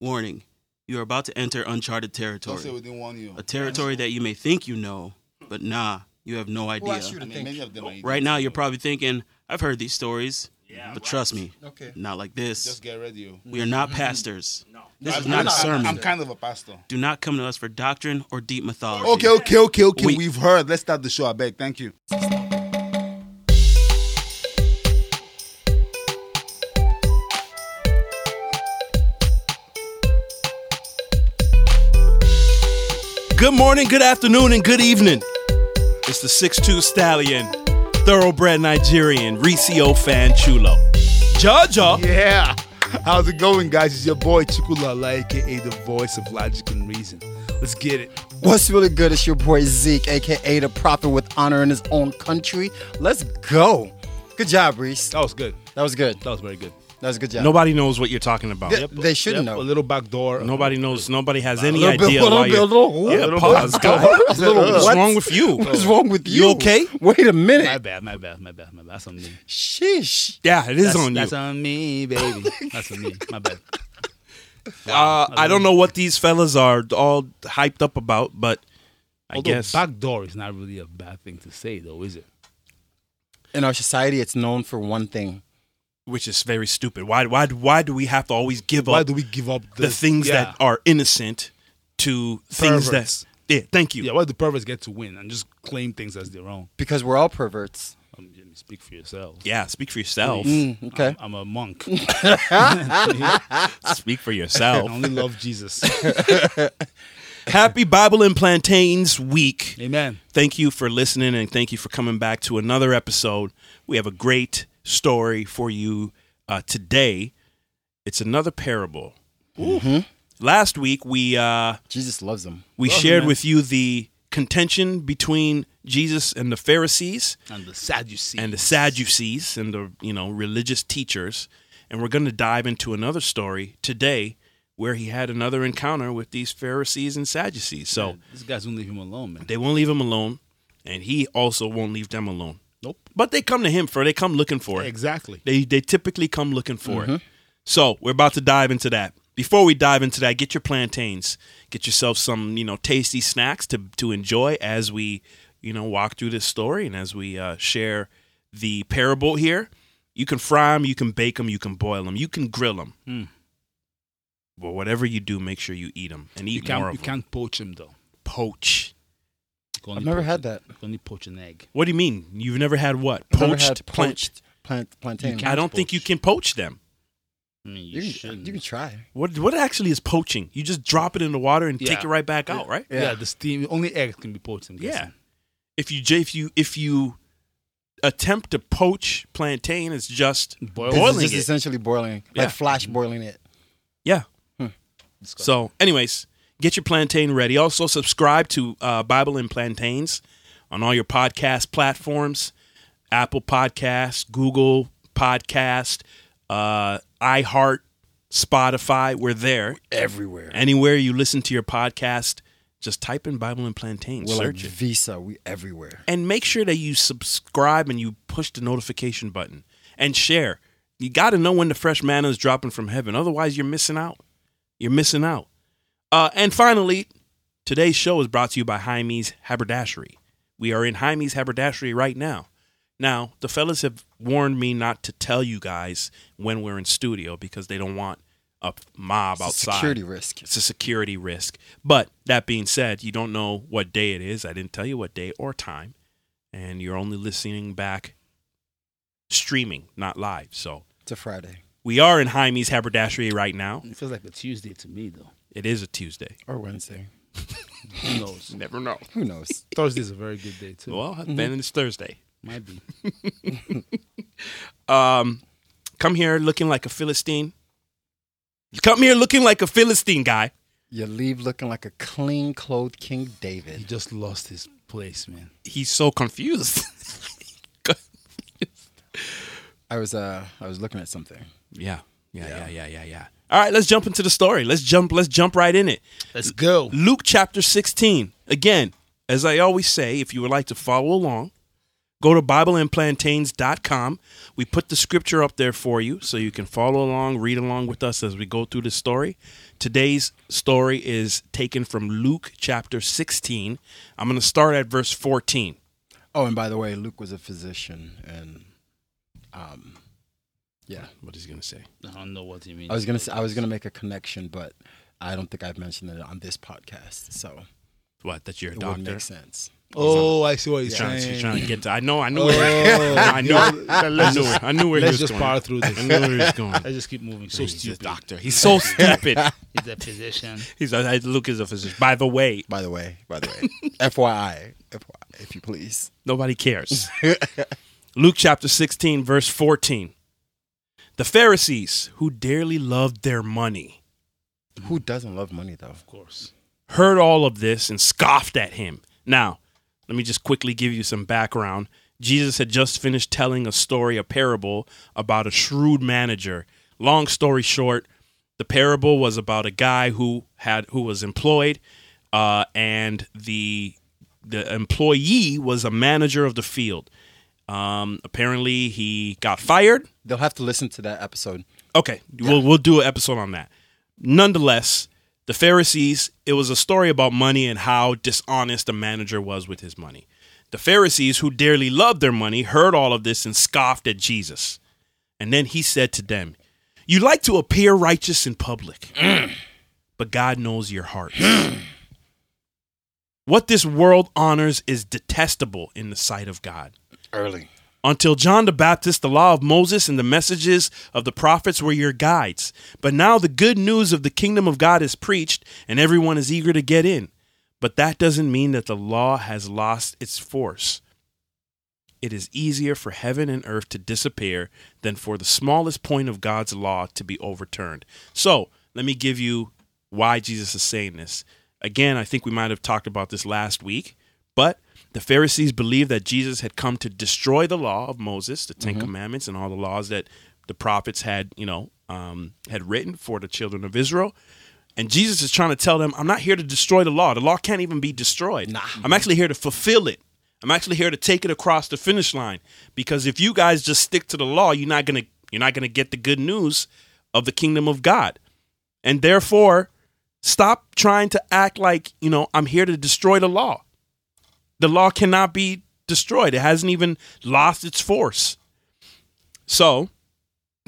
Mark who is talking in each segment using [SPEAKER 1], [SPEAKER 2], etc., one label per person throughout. [SPEAKER 1] Warning: You are about to enter uncharted
[SPEAKER 2] Don't say
[SPEAKER 1] territory,
[SPEAKER 2] within one year.
[SPEAKER 1] a territory that you may think you know, but nah, you have no
[SPEAKER 3] Who asked
[SPEAKER 1] idea.
[SPEAKER 3] you
[SPEAKER 2] I
[SPEAKER 3] to
[SPEAKER 2] mean,
[SPEAKER 3] think?
[SPEAKER 2] many of them are
[SPEAKER 1] Right now, you're probably thinking, "I've heard these stories," but trust me,
[SPEAKER 3] Okay.
[SPEAKER 1] not like this.
[SPEAKER 2] Just get ready.
[SPEAKER 4] oh.
[SPEAKER 1] We are not pastors.
[SPEAKER 5] No.
[SPEAKER 1] This is
[SPEAKER 2] I'm-
[SPEAKER 1] not
[SPEAKER 2] I'm
[SPEAKER 1] a sermon.
[SPEAKER 2] I'm kind of a pastor.
[SPEAKER 1] Do not come to us for doctrine or deep mythology.
[SPEAKER 2] Okay, okay, okay, okay.
[SPEAKER 1] We-
[SPEAKER 2] We've heard. Let's start the show. I beg. Thank you.
[SPEAKER 5] Good morning, good afternoon, and good evening. It's the 6'2 Stallion, Thoroughbred Nigerian, Riccio Fanchulo. Jaja!
[SPEAKER 2] Yeah.
[SPEAKER 4] How's it going, guys? It's your boy Chukulala, aka the voice of logic and reason. Let's get it.
[SPEAKER 3] What's really good? It's your boy Zeke, aka the prophet with honor in his own country. Let's go. Good job, Reese.
[SPEAKER 4] That was good.
[SPEAKER 3] That was good.
[SPEAKER 4] That was very good.
[SPEAKER 3] That was a good job.
[SPEAKER 5] Nobody knows what you're talking about.
[SPEAKER 3] Th- They should
[SPEAKER 4] Yep,
[SPEAKER 3] know.
[SPEAKER 4] A little back door.
[SPEAKER 5] Nobody knows. Nobody has any
[SPEAKER 3] little bit-
[SPEAKER 5] idea
[SPEAKER 3] a little
[SPEAKER 5] why
[SPEAKER 3] bit-
[SPEAKER 5] you're.
[SPEAKER 3] a little-
[SPEAKER 5] yeah,
[SPEAKER 3] a little
[SPEAKER 5] pause, God. What's
[SPEAKER 3] What?
[SPEAKER 5] wrong with you?
[SPEAKER 3] What's wrong with you?
[SPEAKER 5] You okay?
[SPEAKER 3] Wait a minute.
[SPEAKER 4] My bad. My bad. My bad. My bad. That's on me.
[SPEAKER 3] Sheesh.
[SPEAKER 5] Yeah, it is
[SPEAKER 4] That's
[SPEAKER 5] on you.
[SPEAKER 4] That's on me, baby. That's on me. My bad.
[SPEAKER 5] uh, I don't know what these fellas are all hyped up about, but I
[SPEAKER 4] Although
[SPEAKER 5] guess
[SPEAKER 4] back door is not really a bad thing to say, though, is it?
[SPEAKER 3] In our society, it's known for one thing.
[SPEAKER 5] which is very stupid. Why? Why? Why do we have to always give
[SPEAKER 4] Why
[SPEAKER 5] up
[SPEAKER 4] do we give up
[SPEAKER 5] the things that are innocent to things that?
[SPEAKER 4] Perverts.
[SPEAKER 5] Yeah, thank you.
[SPEAKER 4] Yeah, why do perverts get to win and just claim things as their own?
[SPEAKER 3] Because we're all perverts.
[SPEAKER 4] Um, let me speak for yourself.
[SPEAKER 5] Yeah, speak for yourself.
[SPEAKER 6] Mm.
[SPEAKER 3] Mm, Okay.
[SPEAKER 4] I'm a monk.
[SPEAKER 5] Speak for
[SPEAKER 4] I
[SPEAKER 5] yourself.
[SPEAKER 4] only love Jesus.
[SPEAKER 5] Happy Bible and Plantains Week.
[SPEAKER 4] Amen.
[SPEAKER 5] Thank you for listening and thank you for coming back to another episode. We have a great story for you uh, today. It's another parable. Last week we uh,
[SPEAKER 3] Jesus loves them.
[SPEAKER 5] we shared with you the contention between Jesus and the Pharisees.
[SPEAKER 4] And the Sadducees.
[SPEAKER 5] and the Sadducees and the you know religious teachers, and we're going to dive into another story today where he had another encounter with these Pharisees and Sadducees. So
[SPEAKER 4] These guys won't leave him alone, man.
[SPEAKER 5] they won't leave him alone, and he also won't leave them alone.
[SPEAKER 4] Nope.
[SPEAKER 5] But they come to him for they come looking for it.
[SPEAKER 4] Exactly.
[SPEAKER 5] They they typically come looking for it. So we're about to dive into that. Before we dive into that, get your plantains. Get yourself some, you know, tasty snacks to to enjoy as we, you know, walk through this story and as we uh, share the parable here. You can fry them, you can bake them, you can boil them, you can grill them.
[SPEAKER 4] Hmm.
[SPEAKER 5] But whatever you do, make sure you eat them and eat
[SPEAKER 4] You can't,
[SPEAKER 5] more
[SPEAKER 4] you
[SPEAKER 5] of them.
[SPEAKER 4] can't poach him, though.
[SPEAKER 5] Poach.
[SPEAKER 3] I've never had that.
[SPEAKER 4] You can only poach an egg.
[SPEAKER 5] What do you mean? You've never had what?
[SPEAKER 3] I've
[SPEAKER 5] Poached,
[SPEAKER 3] never had
[SPEAKER 5] plant-
[SPEAKER 3] poached plant plantain.
[SPEAKER 4] You
[SPEAKER 5] I don't think you
[SPEAKER 4] poached.
[SPEAKER 5] can poach them.
[SPEAKER 4] I mean, you,
[SPEAKER 3] You can,
[SPEAKER 4] shouldn't.
[SPEAKER 3] you can try.
[SPEAKER 5] What what actually is poaching? You just drop it in the water and
[SPEAKER 4] Yeah.
[SPEAKER 5] take it right back out, right?
[SPEAKER 4] yeah.
[SPEAKER 3] Yeah.
[SPEAKER 4] the steam only eggs can be poached. I'm
[SPEAKER 5] Yeah.
[SPEAKER 4] guessing.
[SPEAKER 5] If you j- if you if you attempt to poach plantain, it's just
[SPEAKER 4] Boil
[SPEAKER 5] Boiling
[SPEAKER 3] This is just
[SPEAKER 5] it.
[SPEAKER 3] essentially boiling,
[SPEAKER 5] Yeah.
[SPEAKER 3] like flash boiling it.
[SPEAKER 5] yeah.
[SPEAKER 4] Disgusting.
[SPEAKER 5] So, anyways, get your plantain ready. Also, subscribe to uh, Bible and Plantains on all your podcast platforms: Apple Podcast, Google Podcast, uh, iHeart, Spotify. We're there.
[SPEAKER 3] Everywhere.
[SPEAKER 5] Anywhere you listen to your podcast, just type in Bible and Plantains.
[SPEAKER 3] We're like
[SPEAKER 5] Search it.
[SPEAKER 3] Visa. We everywhere.
[SPEAKER 5] and make sure that you subscribe and you push the notification button and share. You got to know when the fresh manna is dropping from heaven. Otherwise, you're missing out. You're missing out. Uh, and finally, today's show is brought to you by Jaime's Haberdashery. We are in Jaime's Haberdashery right now. Now, the fellas have warned me not to tell you guys when we're in studio because they don't want a mob
[SPEAKER 3] It's a
[SPEAKER 5] outside.
[SPEAKER 3] Security risk.
[SPEAKER 5] It's a security risk. But that being said, you don't know what day it is. I didn't tell you what day or time. And you're only listening back streaming, not live. So
[SPEAKER 3] It's a Friday
[SPEAKER 5] we are in Jaime's Haberdashery right now.
[SPEAKER 4] It feels like a Tuesday to me, though.
[SPEAKER 5] It is a Tuesday.
[SPEAKER 3] or Wednesday.
[SPEAKER 4] Who knows?
[SPEAKER 5] Never know.
[SPEAKER 3] Who knows?
[SPEAKER 4] Thursday's a very good day too.
[SPEAKER 5] Well, then it's Thursday.
[SPEAKER 4] Might be.
[SPEAKER 5] Um, come here looking like a Philistine. You come here looking like a Philistine guy.
[SPEAKER 3] You leave looking like a clean clothed King
[SPEAKER 4] He
[SPEAKER 3] David.
[SPEAKER 4] just lost his place, man.
[SPEAKER 5] He's so confused.
[SPEAKER 3] I was uh I was looking at something.
[SPEAKER 5] yeah. Yeah, yeah, yeah, yeah, yeah. All right, let's jump into the story. Let's jump let's jump right in it.
[SPEAKER 4] Let's go.
[SPEAKER 5] Luke chapter 16. Again, as I always say, if you would like to follow along, Go to BibleandPlantains.com. We put the scripture up there for you so you can follow along, read along with us as we go through the story. Today's story is taken from Luke chapter 16. I'm going to start at verse 14.
[SPEAKER 3] Oh, and by the way, Luke was a physician, and um, yeah,
[SPEAKER 5] What is he going to say?
[SPEAKER 1] I don't know what you mean.
[SPEAKER 3] I was gonna say, I was gonna make a connection, but I don't think I've mentioned it on this podcast, so
[SPEAKER 5] What? That you're a
[SPEAKER 3] it would
[SPEAKER 5] doctor?
[SPEAKER 3] make sense.
[SPEAKER 4] Oh, I see what he's
[SPEAKER 5] You're trying,
[SPEAKER 4] saying.
[SPEAKER 5] you're trying to get to. I know. I knew.
[SPEAKER 4] Oh,
[SPEAKER 5] where, I knew. I knew.
[SPEAKER 4] yeah, let's just-
[SPEAKER 5] I knew where he
[SPEAKER 4] Let's
[SPEAKER 5] was
[SPEAKER 4] just
[SPEAKER 5] going.
[SPEAKER 4] power through
[SPEAKER 5] I
[SPEAKER 4] this.
[SPEAKER 5] knew where he was going.
[SPEAKER 1] Let's just keep moving. So
[SPEAKER 5] He's a
[SPEAKER 1] stupid.
[SPEAKER 5] doctor. He's so stupid.
[SPEAKER 1] He's a physician.
[SPEAKER 5] He's a, Luke is a physician. By the way,
[SPEAKER 3] By the way, by the way, FYI, FYI, if you please.
[SPEAKER 5] Nobody cares. Luke chapter 16, verse 14. The Pharisees, who dearly loved their money, Mm-hmm.
[SPEAKER 3] Who doesn't love money though?
[SPEAKER 1] Of course.
[SPEAKER 5] heard all of this and scoffed at him. Now, let me just quickly give you some background. Jesus had just finished telling a story, a parable about a shrewd manager. Long story short, the parable was about a guy who had who was employed, uh, and the the employee was a manager of the field. Um, apparently, he got fired.
[SPEAKER 3] They'll have to listen to that episode.
[SPEAKER 5] Okay, we'll we'll do an episode on that. Nonetheless, the Pharisees. It was a story about money and how dishonest the manager was with his money. The Pharisees, who dearly loved their money, heard all of this and scoffed at Jesus. And then he said to them, "You like to appear righteous in public, but God knows your hearts. what this world honors is detestable in the sight of God."
[SPEAKER 3] Early.
[SPEAKER 5] Until John the Baptist, the law of Moses and the messages of the prophets were your guides. But now the good news of the kingdom of God is preached, and everyone is eager to get in. But that doesn't mean that the law has lost its force. It is easier for heaven and earth to disappear than for the smallest point of God's law to be overturned. So, let me give you why Jesus is saying this. Again, I think we might have talked about this last week, but the Pharisees believed that Jesus had come to destroy the law of Moses, the 10 Commandments, and all the laws that the prophets had, you know, um, had written for the children of Israel. And Jesus is trying to tell them, I'm not here to destroy the law. The law can't even be destroyed.
[SPEAKER 3] Nah.
[SPEAKER 5] I'm actually here to fulfill it. I'm actually here to take it across the finish line. Because if you guys just stick to the law, you're not gonna you're not gonna get the good news of the kingdom of God. And therefore, stop trying to act like, you know, I'm here to destroy the law. The law cannot be destroyed. It hasn't even lost its force. So,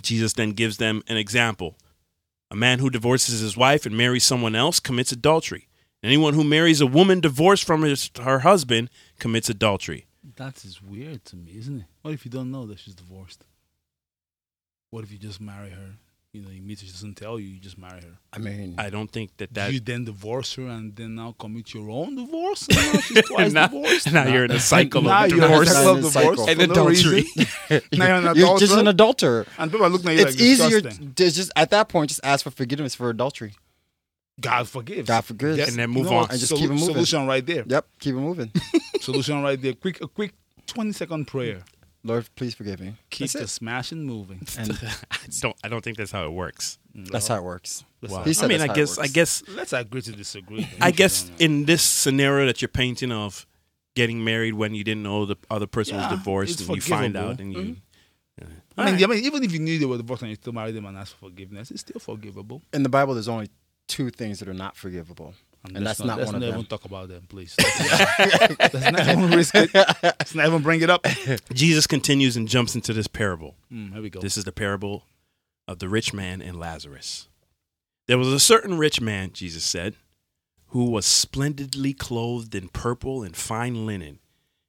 [SPEAKER 5] Jesus then gives them an example. A man who divorces his wife and marries someone else commits adultery. Anyone who marries a woman divorced from his, her husband commits adultery.
[SPEAKER 4] That is weird to me, isn't it? What if you don't know that she's divorced?
[SPEAKER 6] What if you just marry her? You know, you meet her, she doesn't tell you, you just marry her.
[SPEAKER 3] I mean,
[SPEAKER 5] I don't think that that
[SPEAKER 6] you then divorce her and then now commit your own divorce? And now she's twice
[SPEAKER 5] now,
[SPEAKER 6] divorced.
[SPEAKER 5] now you're in a cycle
[SPEAKER 4] Now
[SPEAKER 5] of
[SPEAKER 4] you're in a
[SPEAKER 5] divorce.
[SPEAKER 4] cycle of
[SPEAKER 3] And
[SPEAKER 4] divorce
[SPEAKER 3] cycle.
[SPEAKER 4] for
[SPEAKER 5] And
[SPEAKER 4] no reason.
[SPEAKER 5] adultery.
[SPEAKER 4] Now you're an
[SPEAKER 3] you're just
[SPEAKER 4] adulterer?
[SPEAKER 3] an adulterer.
[SPEAKER 4] And people are looking at you
[SPEAKER 3] It's
[SPEAKER 4] like
[SPEAKER 3] easier.
[SPEAKER 4] disgusting.
[SPEAKER 3] to Just at that point, just ask for forgiveness for adultery.
[SPEAKER 4] God forgives.
[SPEAKER 3] God forgives.
[SPEAKER 4] Yes.
[SPEAKER 5] And then move
[SPEAKER 4] You know
[SPEAKER 5] on.
[SPEAKER 4] what?
[SPEAKER 3] And just
[SPEAKER 4] Solu-
[SPEAKER 3] keep it moving.
[SPEAKER 4] Solution right there.
[SPEAKER 3] Yep, keep it moving.
[SPEAKER 4] Solution right there. Quick, a quick 20 second prayer.
[SPEAKER 3] Lord, please forgive me.
[SPEAKER 6] Keep
[SPEAKER 3] that's,
[SPEAKER 6] the smashing moving.
[SPEAKER 3] it. And
[SPEAKER 5] I don't, I don't think that's how it works.
[SPEAKER 3] that's how it works.
[SPEAKER 5] Wow.
[SPEAKER 3] He said
[SPEAKER 5] I mean,
[SPEAKER 3] that's
[SPEAKER 5] I
[SPEAKER 3] how it
[SPEAKER 5] guess, I
[SPEAKER 3] works.
[SPEAKER 5] guess
[SPEAKER 6] Let's agree to disagree.
[SPEAKER 5] I guess in this scenario that you're painting of getting married when you didn't know the other person
[SPEAKER 6] Yeah,
[SPEAKER 5] was divorced
[SPEAKER 6] it's
[SPEAKER 5] and you find
[SPEAKER 6] forgivable. Mm-hmm.
[SPEAKER 5] out and you
[SPEAKER 6] I mean, I mean, even if you knew they were divorced and you still marry them and ask for forgiveness, it's still forgivable.
[SPEAKER 3] In the Bible, there's only two things that are not forgivable, and,
[SPEAKER 6] let's
[SPEAKER 3] that's not,
[SPEAKER 6] let's
[SPEAKER 3] one of
[SPEAKER 6] not
[SPEAKER 3] them.
[SPEAKER 6] even talk about them, please.
[SPEAKER 4] Let's not even risk it. Let's not even bring it up.
[SPEAKER 5] Jesus continues and jumps into this parable.
[SPEAKER 6] Mm, here we go.
[SPEAKER 5] This is the parable of the rich man and Lazarus. There was a certain rich man, Jesus said, who was splendidly clothed in purple and fine linen,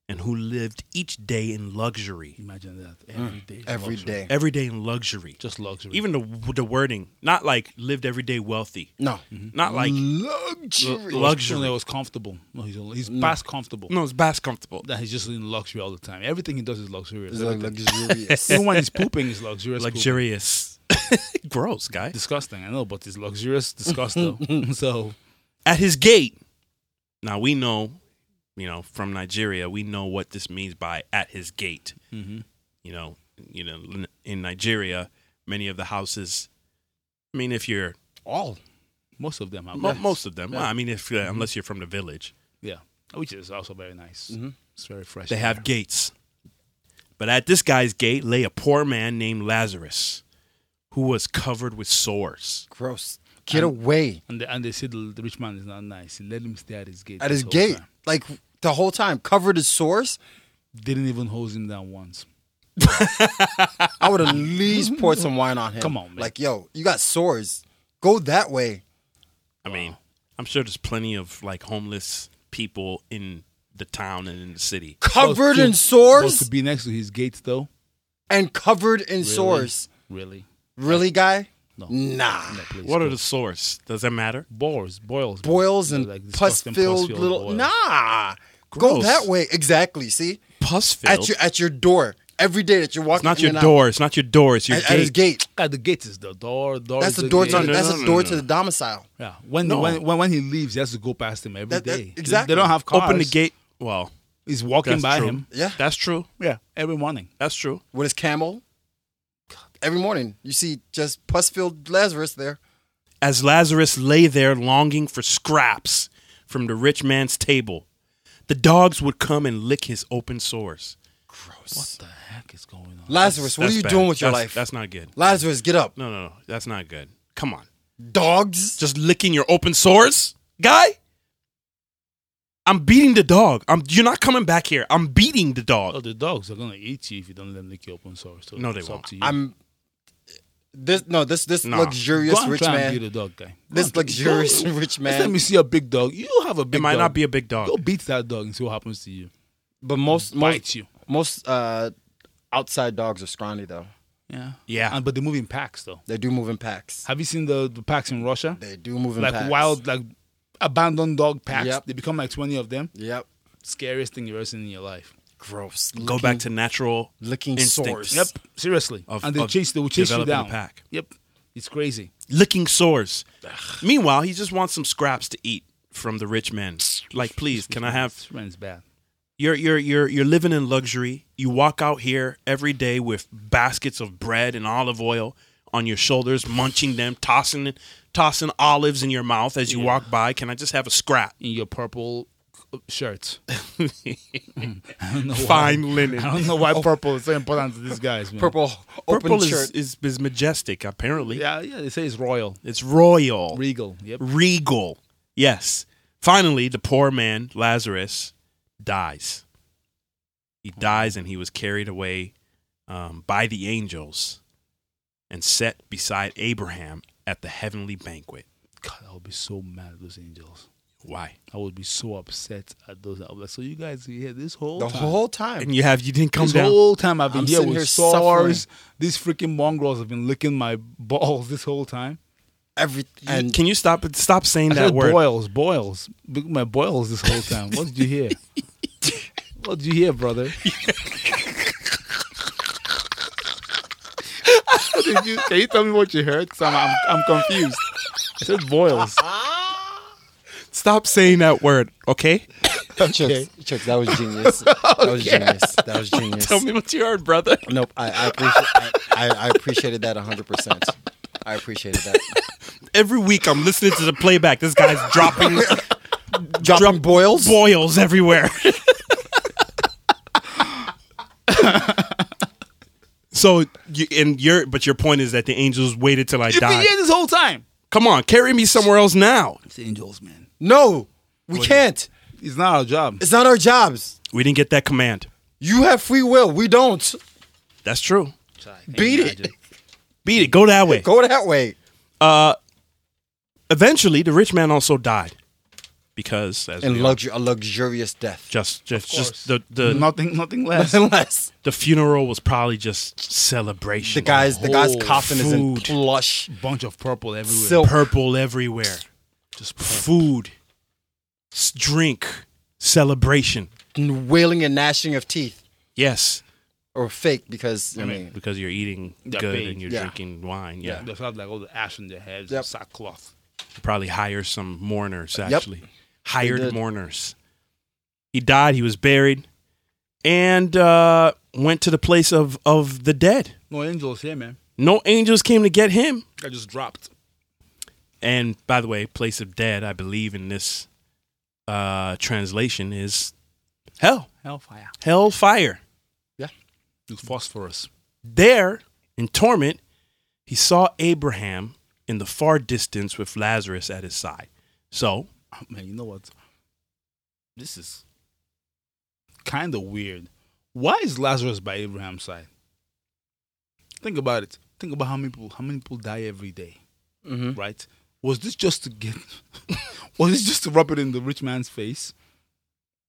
[SPEAKER 5] and who lived each day in luxury.
[SPEAKER 6] Imagine that. Every day. is
[SPEAKER 3] Mm. Every
[SPEAKER 6] luxury.
[SPEAKER 3] day.
[SPEAKER 5] Every day in luxury.
[SPEAKER 6] Just luxury.
[SPEAKER 5] Even the the wording, not like lived every day wealthy,
[SPEAKER 3] No,
[SPEAKER 5] not like
[SPEAKER 6] Mm.
[SPEAKER 3] luxury.
[SPEAKER 6] It was-
[SPEAKER 5] luxury.
[SPEAKER 6] no, It was comfortable. No, he's, he's past comfortable.
[SPEAKER 5] no, it's bass comfortable.
[SPEAKER 6] That he's just in luxury all the time. Everything he does is luxurious.
[SPEAKER 3] It's like
[SPEAKER 6] Everything.
[SPEAKER 3] luxurious.
[SPEAKER 6] Even when he's pooping, is luxurious. pooping.
[SPEAKER 5] Luxurious, gross guy.
[SPEAKER 6] Disgusting, I know, but it's luxurious, disgusting. so
[SPEAKER 5] at his gate. Now we know, you know, from Nigeria, we know what this means by at his gate. You know, you know, in- in Nigeria, many of the houses. I mean, if you're
[SPEAKER 6] all, most of them are.
[SPEAKER 5] mo-
[SPEAKER 6] nice.
[SPEAKER 5] most of them, well, I mean, if uh, unless you're from the village, Mm-hmm.
[SPEAKER 6] yeah, which is also very nice. It's very fresh.
[SPEAKER 5] they have gates. But at this guy's gate lay a poor man named Lazarus, who was covered with sores.
[SPEAKER 3] Gross. Get away.
[SPEAKER 6] And they, and they said the, the rich man is not nice. He let him stay at his gate.
[SPEAKER 3] At
[SPEAKER 6] this
[SPEAKER 3] his
[SPEAKER 6] whole
[SPEAKER 3] gate.
[SPEAKER 6] time.
[SPEAKER 3] Like the whole time. Covered his sores.
[SPEAKER 6] Didn't even hose him down once.
[SPEAKER 3] I would at least pour some wine on him.
[SPEAKER 6] Come on, man.
[SPEAKER 3] Like, yo, you got sores. Go that way.
[SPEAKER 5] I mean, I'm sure there's plenty of like homeless people in the town and in the city.
[SPEAKER 3] Covered
[SPEAKER 6] But to-
[SPEAKER 3] in
[SPEAKER 6] But
[SPEAKER 3] sores
[SPEAKER 6] to be next to his gate, though,
[SPEAKER 3] and covered in sores.
[SPEAKER 6] really?
[SPEAKER 3] Really, guy?
[SPEAKER 6] No.
[SPEAKER 3] Nah.
[SPEAKER 6] No, please.
[SPEAKER 5] What are the sores? Does that matter?
[SPEAKER 6] Boils, boils.
[SPEAKER 3] Boils
[SPEAKER 6] You know,
[SPEAKER 3] and
[SPEAKER 6] like
[SPEAKER 3] pus
[SPEAKER 6] disgusting
[SPEAKER 3] filled
[SPEAKER 6] pus-filled
[SPEAKER 3] little.
[SPEAKER 6] boils.
[SPEAKER 3] Nah. Go
[SPEAKER 5] Gross.
[SPEAKER 3] that way. Exactly. See?
[SPEAKER 5] Pus
[SPEAKER 3] At
[SPEAKER 5] filled.
[SPEAKER 3] your at your door. Every day that you're walking.
[SPEAKER 5] It's not
[SPEAKER 3] in
[SPEAKER 5] your
[SPEAKER 3] and out.
[SPEAKER 5] door. It's not your door. It's your
[SPEAKER 3] At, at his
[SPEAKER 5] gate.
[SPEAKER 3] gate.
[SPEAKER 6] God, the gate is the door. door
[SPEAKER 3] That's
[SPEAKER 6] is
[SPEAKER 3] the door to
[SPEAKER 6] gate.
[SPEAKER 5] No, no,
[SPEAKER 3] that's
[SPEAKER 5] no,
[SPEAKER 3] the
[SPEAKER 5] no,
[SPEAKER 3] door
[SPEAKER 5] no,
[SPEAKER 3] to the domicile.
[SPEAKER 6] Yeah, when,
[SPEAKER 5] No.
[SPEAKER 6] when when when he leaves, he has to go past him every day.
[SPEAKER 3] That- that-
[SPEAKER 6] They-
[SPEAKER 3] exactly.
[SPEAKER 6] They don't have cars.
[SPEAKER 5] Open the gate. Well,
[SPEAKER 6] He's walking
[SPEAKER 5] that's
[SPEAKER 6] by
[SPEAKER 5] true.
[SPEAKER 6] him.
[SPEAKER 3] Yeah.
[SPEAKER 5] That's true.
[SPEAKER 6] Yeah, every morning.
[SPEAKER 5] That's true.
[SPEAKER 3] with his camel. Every morning, you see just pus-filled Lazarus there.
[SPEAKER 5] as Lazarus lay there longing for scraps from the rich man's table. The dogs would come and lick his open sores.
[SPEAKER 3] Gross.
[SPEAKER 6] What the heck is going on?
[SPEAKER 3] Lazarus, what
[SPEAKER 5] That's
[SPEAKER 3] are you
[SPEAKER 5] bad.
[SPEAKER 3] doing with your
[SPEAKER 5] That's-
[SPEAKER 3] life?
[SPEAKER 5] That's not good.
[SPEAKER 3] Lazarus, get up.
[SPEAKER 5] No, no, no. That's not good. Come on.
[SPEAKER 3] Dogs.
[SPEAKER 5] Just licking your open sores, guy? I'm beating the dog. I'm you're not coming back here. I'm beating the
[SPEAKER 6] Oh,
[SPEAKER 5] dog.
[SPEAKER 6] the dogs are gonna eat you if you don't let them lick your open source. So
[SPEAKER 5] No, they
[SPEAKER 6] it's
[SPEAKER 5] won't.
[SPEAKER 6] Up to you.
[SPEAKER 3] I'm this no this this
[SPEAKER 5] Nah.
[SPEAKER 6] Go
[SPEAKER 3] luxurious
[SPEAKER 6] and
[SPEAKER 3] rich
[SPEAKER 6] try and beat
[SPEAKER 3] man.
[SPEAKER 6] a dog guy. Go
[SPEAKER 3] This
[SPEAKER 6] and try-
[SPEAKER 3] luxurious
[SPEAKER 6] go-
[SPEAKER 3] rich
[SPEAKER 6] Next time
[SPEAKER 3] man.
[SPEAKER 6] you see a big dog, you have a big.
[SPEAKER 5] It might
[SPEAKER 6] dog.
[SPEAKER 5] not be a big dog.
[SPEAKER 6] Go beat that dog and see what happens to you.
[SPEAKER 3] But most most
[SPEAKER 6] Bite you.
[SPEAKER 3] most uh, outside dogs are scrawny though.
[SPEAKER 6] Yeah.
[SPEAKER 5] Yeah.
[SPEAKER 6] And, but they move in packs though.
[SPEAKER 3] They do move in packs.
[SPEAKER 6] Have you seen the, the packs in Russia?
[SPEAKER 3] They do move in
[SPEAKER 6] like
[SPEAKER 3] packs.
[SPEAKER 6] wild, like abandoned dog packs.
[SPEAKER 3] Yep.
[SPEAKER 6] They become like twenty of them.
[SPEAKER 3] Yep.
[SPEAKER 6] Scariest thing you've ever seen in your life.
[SPEAKER 3] Gross.
[SPEAKER 5] Go back to natural
[SPEAKER 3] licking
[SPEAKER 5] instincts.
[SPEAKER 3] sores.
[SPEAKER 6] Yep, seriously.
[SPEAKER 5] Of-
[SPEAKER 6] and they
[SPEAKER 5] of
[SPEAKER 6] chase, they will chase you down.
[SPEAKER 5] developing a pack.
[SPEAKER 6] Yep, it's crazy.
[SPEAKER 5] licking sores. Meanwhile, he just wants some scraps to eat from the rich man. Like, please, can I have
[SPEAKER 6] This man's bad.
[SPEAKER 5] you're you're you're you're living in luxury. You walk out here every day with baskets of bread and olive oil on your shoulders, munching them, tossing tossing olives in your mouth as you walk by. Can I just have a scrap?
[SPEAKER 6] In your purple uh, shirt,
[SPEAKER 5] Fine linen.
[SPEAKER 6] I don't know why purple is so important to these guys. Man.
[SPEAKER 3] Purple open
[SPEAKER 5] Purple is,
[SPEAKER 3] shirt.
[SPEAKER 5] is is majestic. Apparently,
[SPEAKER 6] Yeah, yeah. They say it's royal,
[SPEAKER 5] it's royal,
[SPEAKER 6] regal. Yep.
[SPEAKER 5] regal. Yes. Finally, the poor man Lazarus dies. He dies, and he was carried away um, by the angels and set beside Abraham at the heavenly banquet.
[SPEAKER 6] God, I would be so mad at those angels.
[SPEAKER 5] Why?
[SPEAKER 6] I would be so upset at those. I would be like, so you guys here this whole
[SPEAKER 3] The
[SPEAKER 6] time.
[SPEAKER 3] whole time.
[SPEAKER 5] And you have you didn't come
[SPEAKER 6] this
[SPEAKER 5] down.
[SPEAKER 6] whole time I've been
[SPEAKER 3] I'm
[SPEAKER 6] here
[SPEAKER 3] sitting
[SPEAKER 6] with
[SPEAKER 3] here
[SPEAKER 6] sores.
[SPEAKER 3] suffering.
[SPEAKER 6] These freaking mongrels have been licking my balls this whole time.
[SPEAKER 3] Every and
[SPEAKER 5] Can you stop it? Stop saying
[SPEAKER 6] I
[SPEAKER 5] that
[SPEAKER 6] said
[SPEAKER 5] word.
[SPEAKER 6] boils, boils. Big my boils this whole time. What did you hear? what did you hear, brother? What did you, can you tell me what you heard? 'Cause I'm, I'm, I'm confused. I said boils.
[SPEAKER 5] Stop saying that word. Okay.
[SPEAKER 3] Chips, Chips, that was genius. That was genius. That was genius.
[SPEAKER 5] Tell me what you heard, brother.
[SPEAKER 3] Nope, I, I, appreciate, I, I, I appreciated that 100%. I appreciated that.
[SPEAKER 5] Every week I'm listening to the playback. This guy's dropping
[SPEAKER 3] Dropping boils?
[SPEAKER 5] boils everywhere. so, you, and your but your point is that the angels waited till I
[SPEAKER 6] You've been
[SPEAKER 5] died.
[SPEAKER 6] here this whole time.
[SPEAKER 5] Come on, carry me somewhere else now.
[SPEAKER 6] It's angels, man.
[SPEAKER 3] No, we can't.
[SPEAKER 6] It's not our job.
[SPEAKER 3] It's not our jobs.
[SPEAKER 5] We didn't get that command.
[SPEAKER 3] You have free will. We don't.
[SPEAKER 5] That's true.
[SPEAKER 3] Beat it.
[SPEAKER 5] Beat it. Go that way.
[SPEAKER 3] Go that way.
[SPEAKER 5] Eventually, the rich man also died because as we
[SPEAKER 3] And
[SPEAKER 5] all-
[SPEAKER 3] luxu- a luxurious death.
[SPEAKER 5] just just just the the,
[SPEAKER 6] Nothing, nothing less.
[SPEAKER 3] Unless
[SPEAKER 5] the funeral was probably just celebration.
[SPEAKER 3] the guy's the guy's
[SPEAKER 6] Oh,
[SPEAKER 3] coffin is in
[SPEAKER 5] food.
[SPEAKER 3] plush
[SPEAKER 6] Bunch of purple everywhere.
[SPEAKER 3] silk.
[SPEAKER 5] purple everywhere.
[SPEAKER 6] Just
[SPEAKER 5] food, s- drink, celebration.
[SPEAKER 3] and wailing and gnashing of teeth.
[SPEAKER 5] Yes,
[SPEAKER 3] Or fake because I
[SPEAKER 5] I
[SPEAKER 3] mean
[SPEAKER 5] because you're eating
[SPEAKER 6] Yeah,
[SPEAKER 5] good
[SPEAKER 6] pain.
[SPEAKER 5] and you're
[SPEAKER 3] Yeah.
[SPEAKER 5] drinking wine. Yeah.
[SPEAKER 6] They have like all the ash on their heads,
[SPEAKER 3] Yep.
[SPEAKER 6] sackcloth.
[SPEAKER 5] probably hire some mourners.
[SPEAKER 3] Yep.
[SPEAKER 5] Actually, hired
[SPEAKER 3] did.
[SPEAKER 5] mourners. He died. He was buried, and uh, went to the place of of the dead.
[SPEAKER 6] No angels here, man.
[SPEAKER 5] No angels came to get him.
[SPEAKER 6] I just dropped.
[SPEAKER 5] And by the way, place of dead, I believe in this uh, translation is hell,
[SPEAKER 6] Hellfire.
[SPEAKER 5] hellfire.
[SPEAKER 3] Yeah.
[SPEAKER 6] It's phosphorus.
[SPEAKER 5] There, in torment, he saw Abraham in the far distance with Lazarus at his side. So,
[SPEAKER 6] Oh, man, you know what? This is kind of weird. Why is Lazarus by Abraham's side? Think about it. Think about how many people how many people die every day,
[SPEAKER 3] Mhm.
[SPEAKER 6] right? Was this just to get? was this just to rub it in the rich man's face?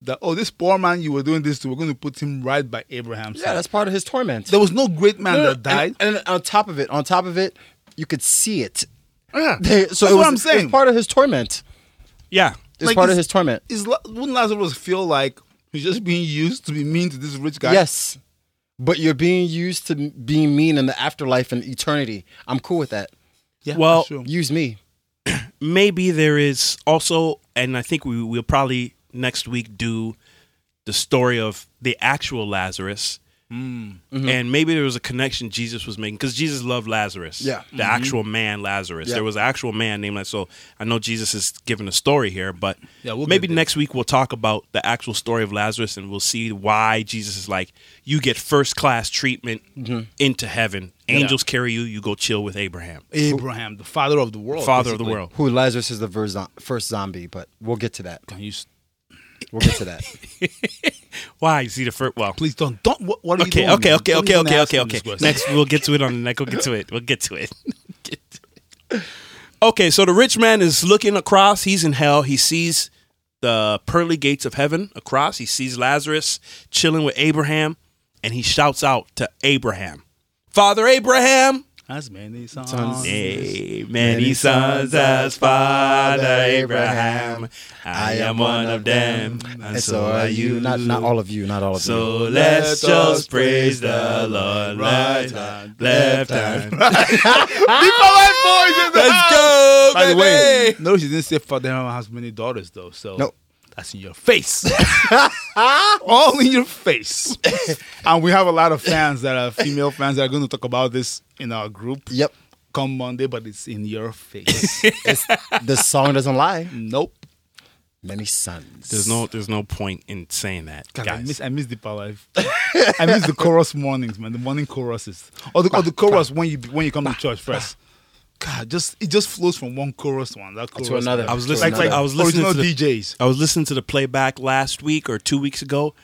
[SPEAKER 6] That oh, this poor man you were doing this to, we're going to put him right by Abraham's
[SPEAKER 3] Yeah,
[SPEAKER 6] side.
[SPEAKER 3] that's part of his torment.
[SPEAKER 6] There was no great man
[SPEAKER 3] No, no,
[SPEAKER 6] that died.
[SPEAKER 3] And, and on top of it, on top of it, you could see it.
[SPEAKER 6] yeah,
[SPEAKER 3] They- so
[SPEAKER 6] that's
[SPEAKER 3] it was,
[SPEAKER 6] what I'm
[SPEAKER 3] It
[SPEAKER 6] saying.
[SPEAKER 3] was part of his torment.
[SPEAKER 5] yeah.
[SPEAKER 3] It's
[SPEAKER 6] Like,
[SPEAKER 3] part of
[SPEAKER 6] it's-
[SPEAKER 3] his torment.
[SPEAKER 6] is La- wouldn't Lazarus feel like he's just being used to be mean to this rich guy?
[SPEAKER 3] Yes. But you're being used to m- being mean in the afterlife and eternity. I'm cool with that.
[SPEAKER 6] Yeah,
[SPEAKER 5] Well,
[SPEAKER 6] that's true.
[SPEAKER 3] Use me.
[SPEAKER 5] Maybe there is also, and I think we will probably next week do the story of the actual Lazarus.
[SPEAKER 6] Hmm.
[SPEAKER 3] Mm-hmm.
[SPEAKER 5] And maybe there was a connection Jesus was making because Jesus loved Lazarus.
[SPEAKER 3] Yeah.
[SPEAKER 5] The
[SPEAKER 6] Mm-hmm.
[SPEAKER 5] actual man Lazarus.
[SPEAKER 3] Yeah.
[SPEAKER 5] There was an actual man named Lazarus. So I know Jesus is giving a story here, but
[SPEAKER 6] Yeah, we'll get
[SPEAKER 5] maybe
[SPEAKER 6] there.
[SPEAKER 5] next week we'll talk about the actual story of Lazarus and we'll see why Jesus is like, you get first class treatment
[SPEAKER 3] Mm-hmm.
[SPEAKER 5] into heaven. Angels carry you, you go chill with Abraham,
[SPEAKER 6] Abraham, the father of the world,
[SPEAKER 5] father of the
[SPEAKER 6] basically.
[SPEAKER 5] world.
[SPEAKER 3] Who Lazarus is the ver- zo- first zombie, but we'll get to that.
[SPEAKER 6] Can you s-
[SPEAKER 3] We'll get to that.
[SPEAKER 5] Why is he the first? Well,
[SPEAKER 6] please don't don't what, what are you
[SPEAKER 5] okay,
[SPEAKER 6] doing,
[SPEAKER 5] okay,
[SPEAKER 6] man?
[SPEAKER 5] okay,
[SPEAKER 6] Don't
[SPEAKER 5] okay,
[SPEAKER 6] even
[SPEAKER 5] okay,
[SPEAKER 6] ask
[SPEAKER 5] okay,
[SPEAKER 6] me
[SPEAKER 5] okay.
[SPEAKER 6] this question.
[SPEAKER 5] Next, we'll get to it on the neck. We'll get to it. We'll get to it. Get to it. Okay, so the rich man is looking across. He's in hell. He sees the pearly gates of heaven across. He sees Lazarus chilling with Abraham, and he shouts out to Abraham, "Father Abraham."
[SPEAKER 6] As many sons.
[SPEAKER 3] Sons.
[SPEAKER 5] Hey, many sons as Father Abraham. I am one of them, and so are you.
[SPEAKER 3] Not, not all of you. Not all of you.
[SPEAKER 5] So let's just praise the Lord. Right hand, left hand. Let's go,
[SPEAKER 6] By the way,
[SPEAKER 5] baby.
[SPEAKER 6] notice you didn't say father Abraham has many daughters though. So
[SPEAKER 3] Nope.
[SPEAKER 6] that's in your face, all in your face. and we have a lot of fans that are female fans that are going to talk about this in our group.
[SPEAKER 3] Yep.
[SPEAKER 6] Come Monday, but it's in your face.
[SPEAKER 3] This song doesn't lie.
[SPEAKER 6] nope.
[SPEAKER 3] Many sons.
[SPEAKER 5] There's no, there's no point in saying that,
[SPEAKER 6] God, I
[SPEAKER 5] guys.
[SPEAKER 6] miss I miss Deeper Life. I miss the chorus mornings, man. The morning choruses, or the, or the chorus when you when you come to church first. God, just it just flows from one chorus to another chorus
[SPEAKER 3] another.
[SPEAKER 5] I was
[SPEAKER 3] To
[SPEAKER 5] listening.
[SPEAKER 6] Like, like
[SPEAKER 5] I was listening
[SPEAKER 6] original
[SPEAKER 5] to the,
[SPEAKER 6] DJs.
[SPEAKER 5] I was listening to the playback last week or two weeks ago,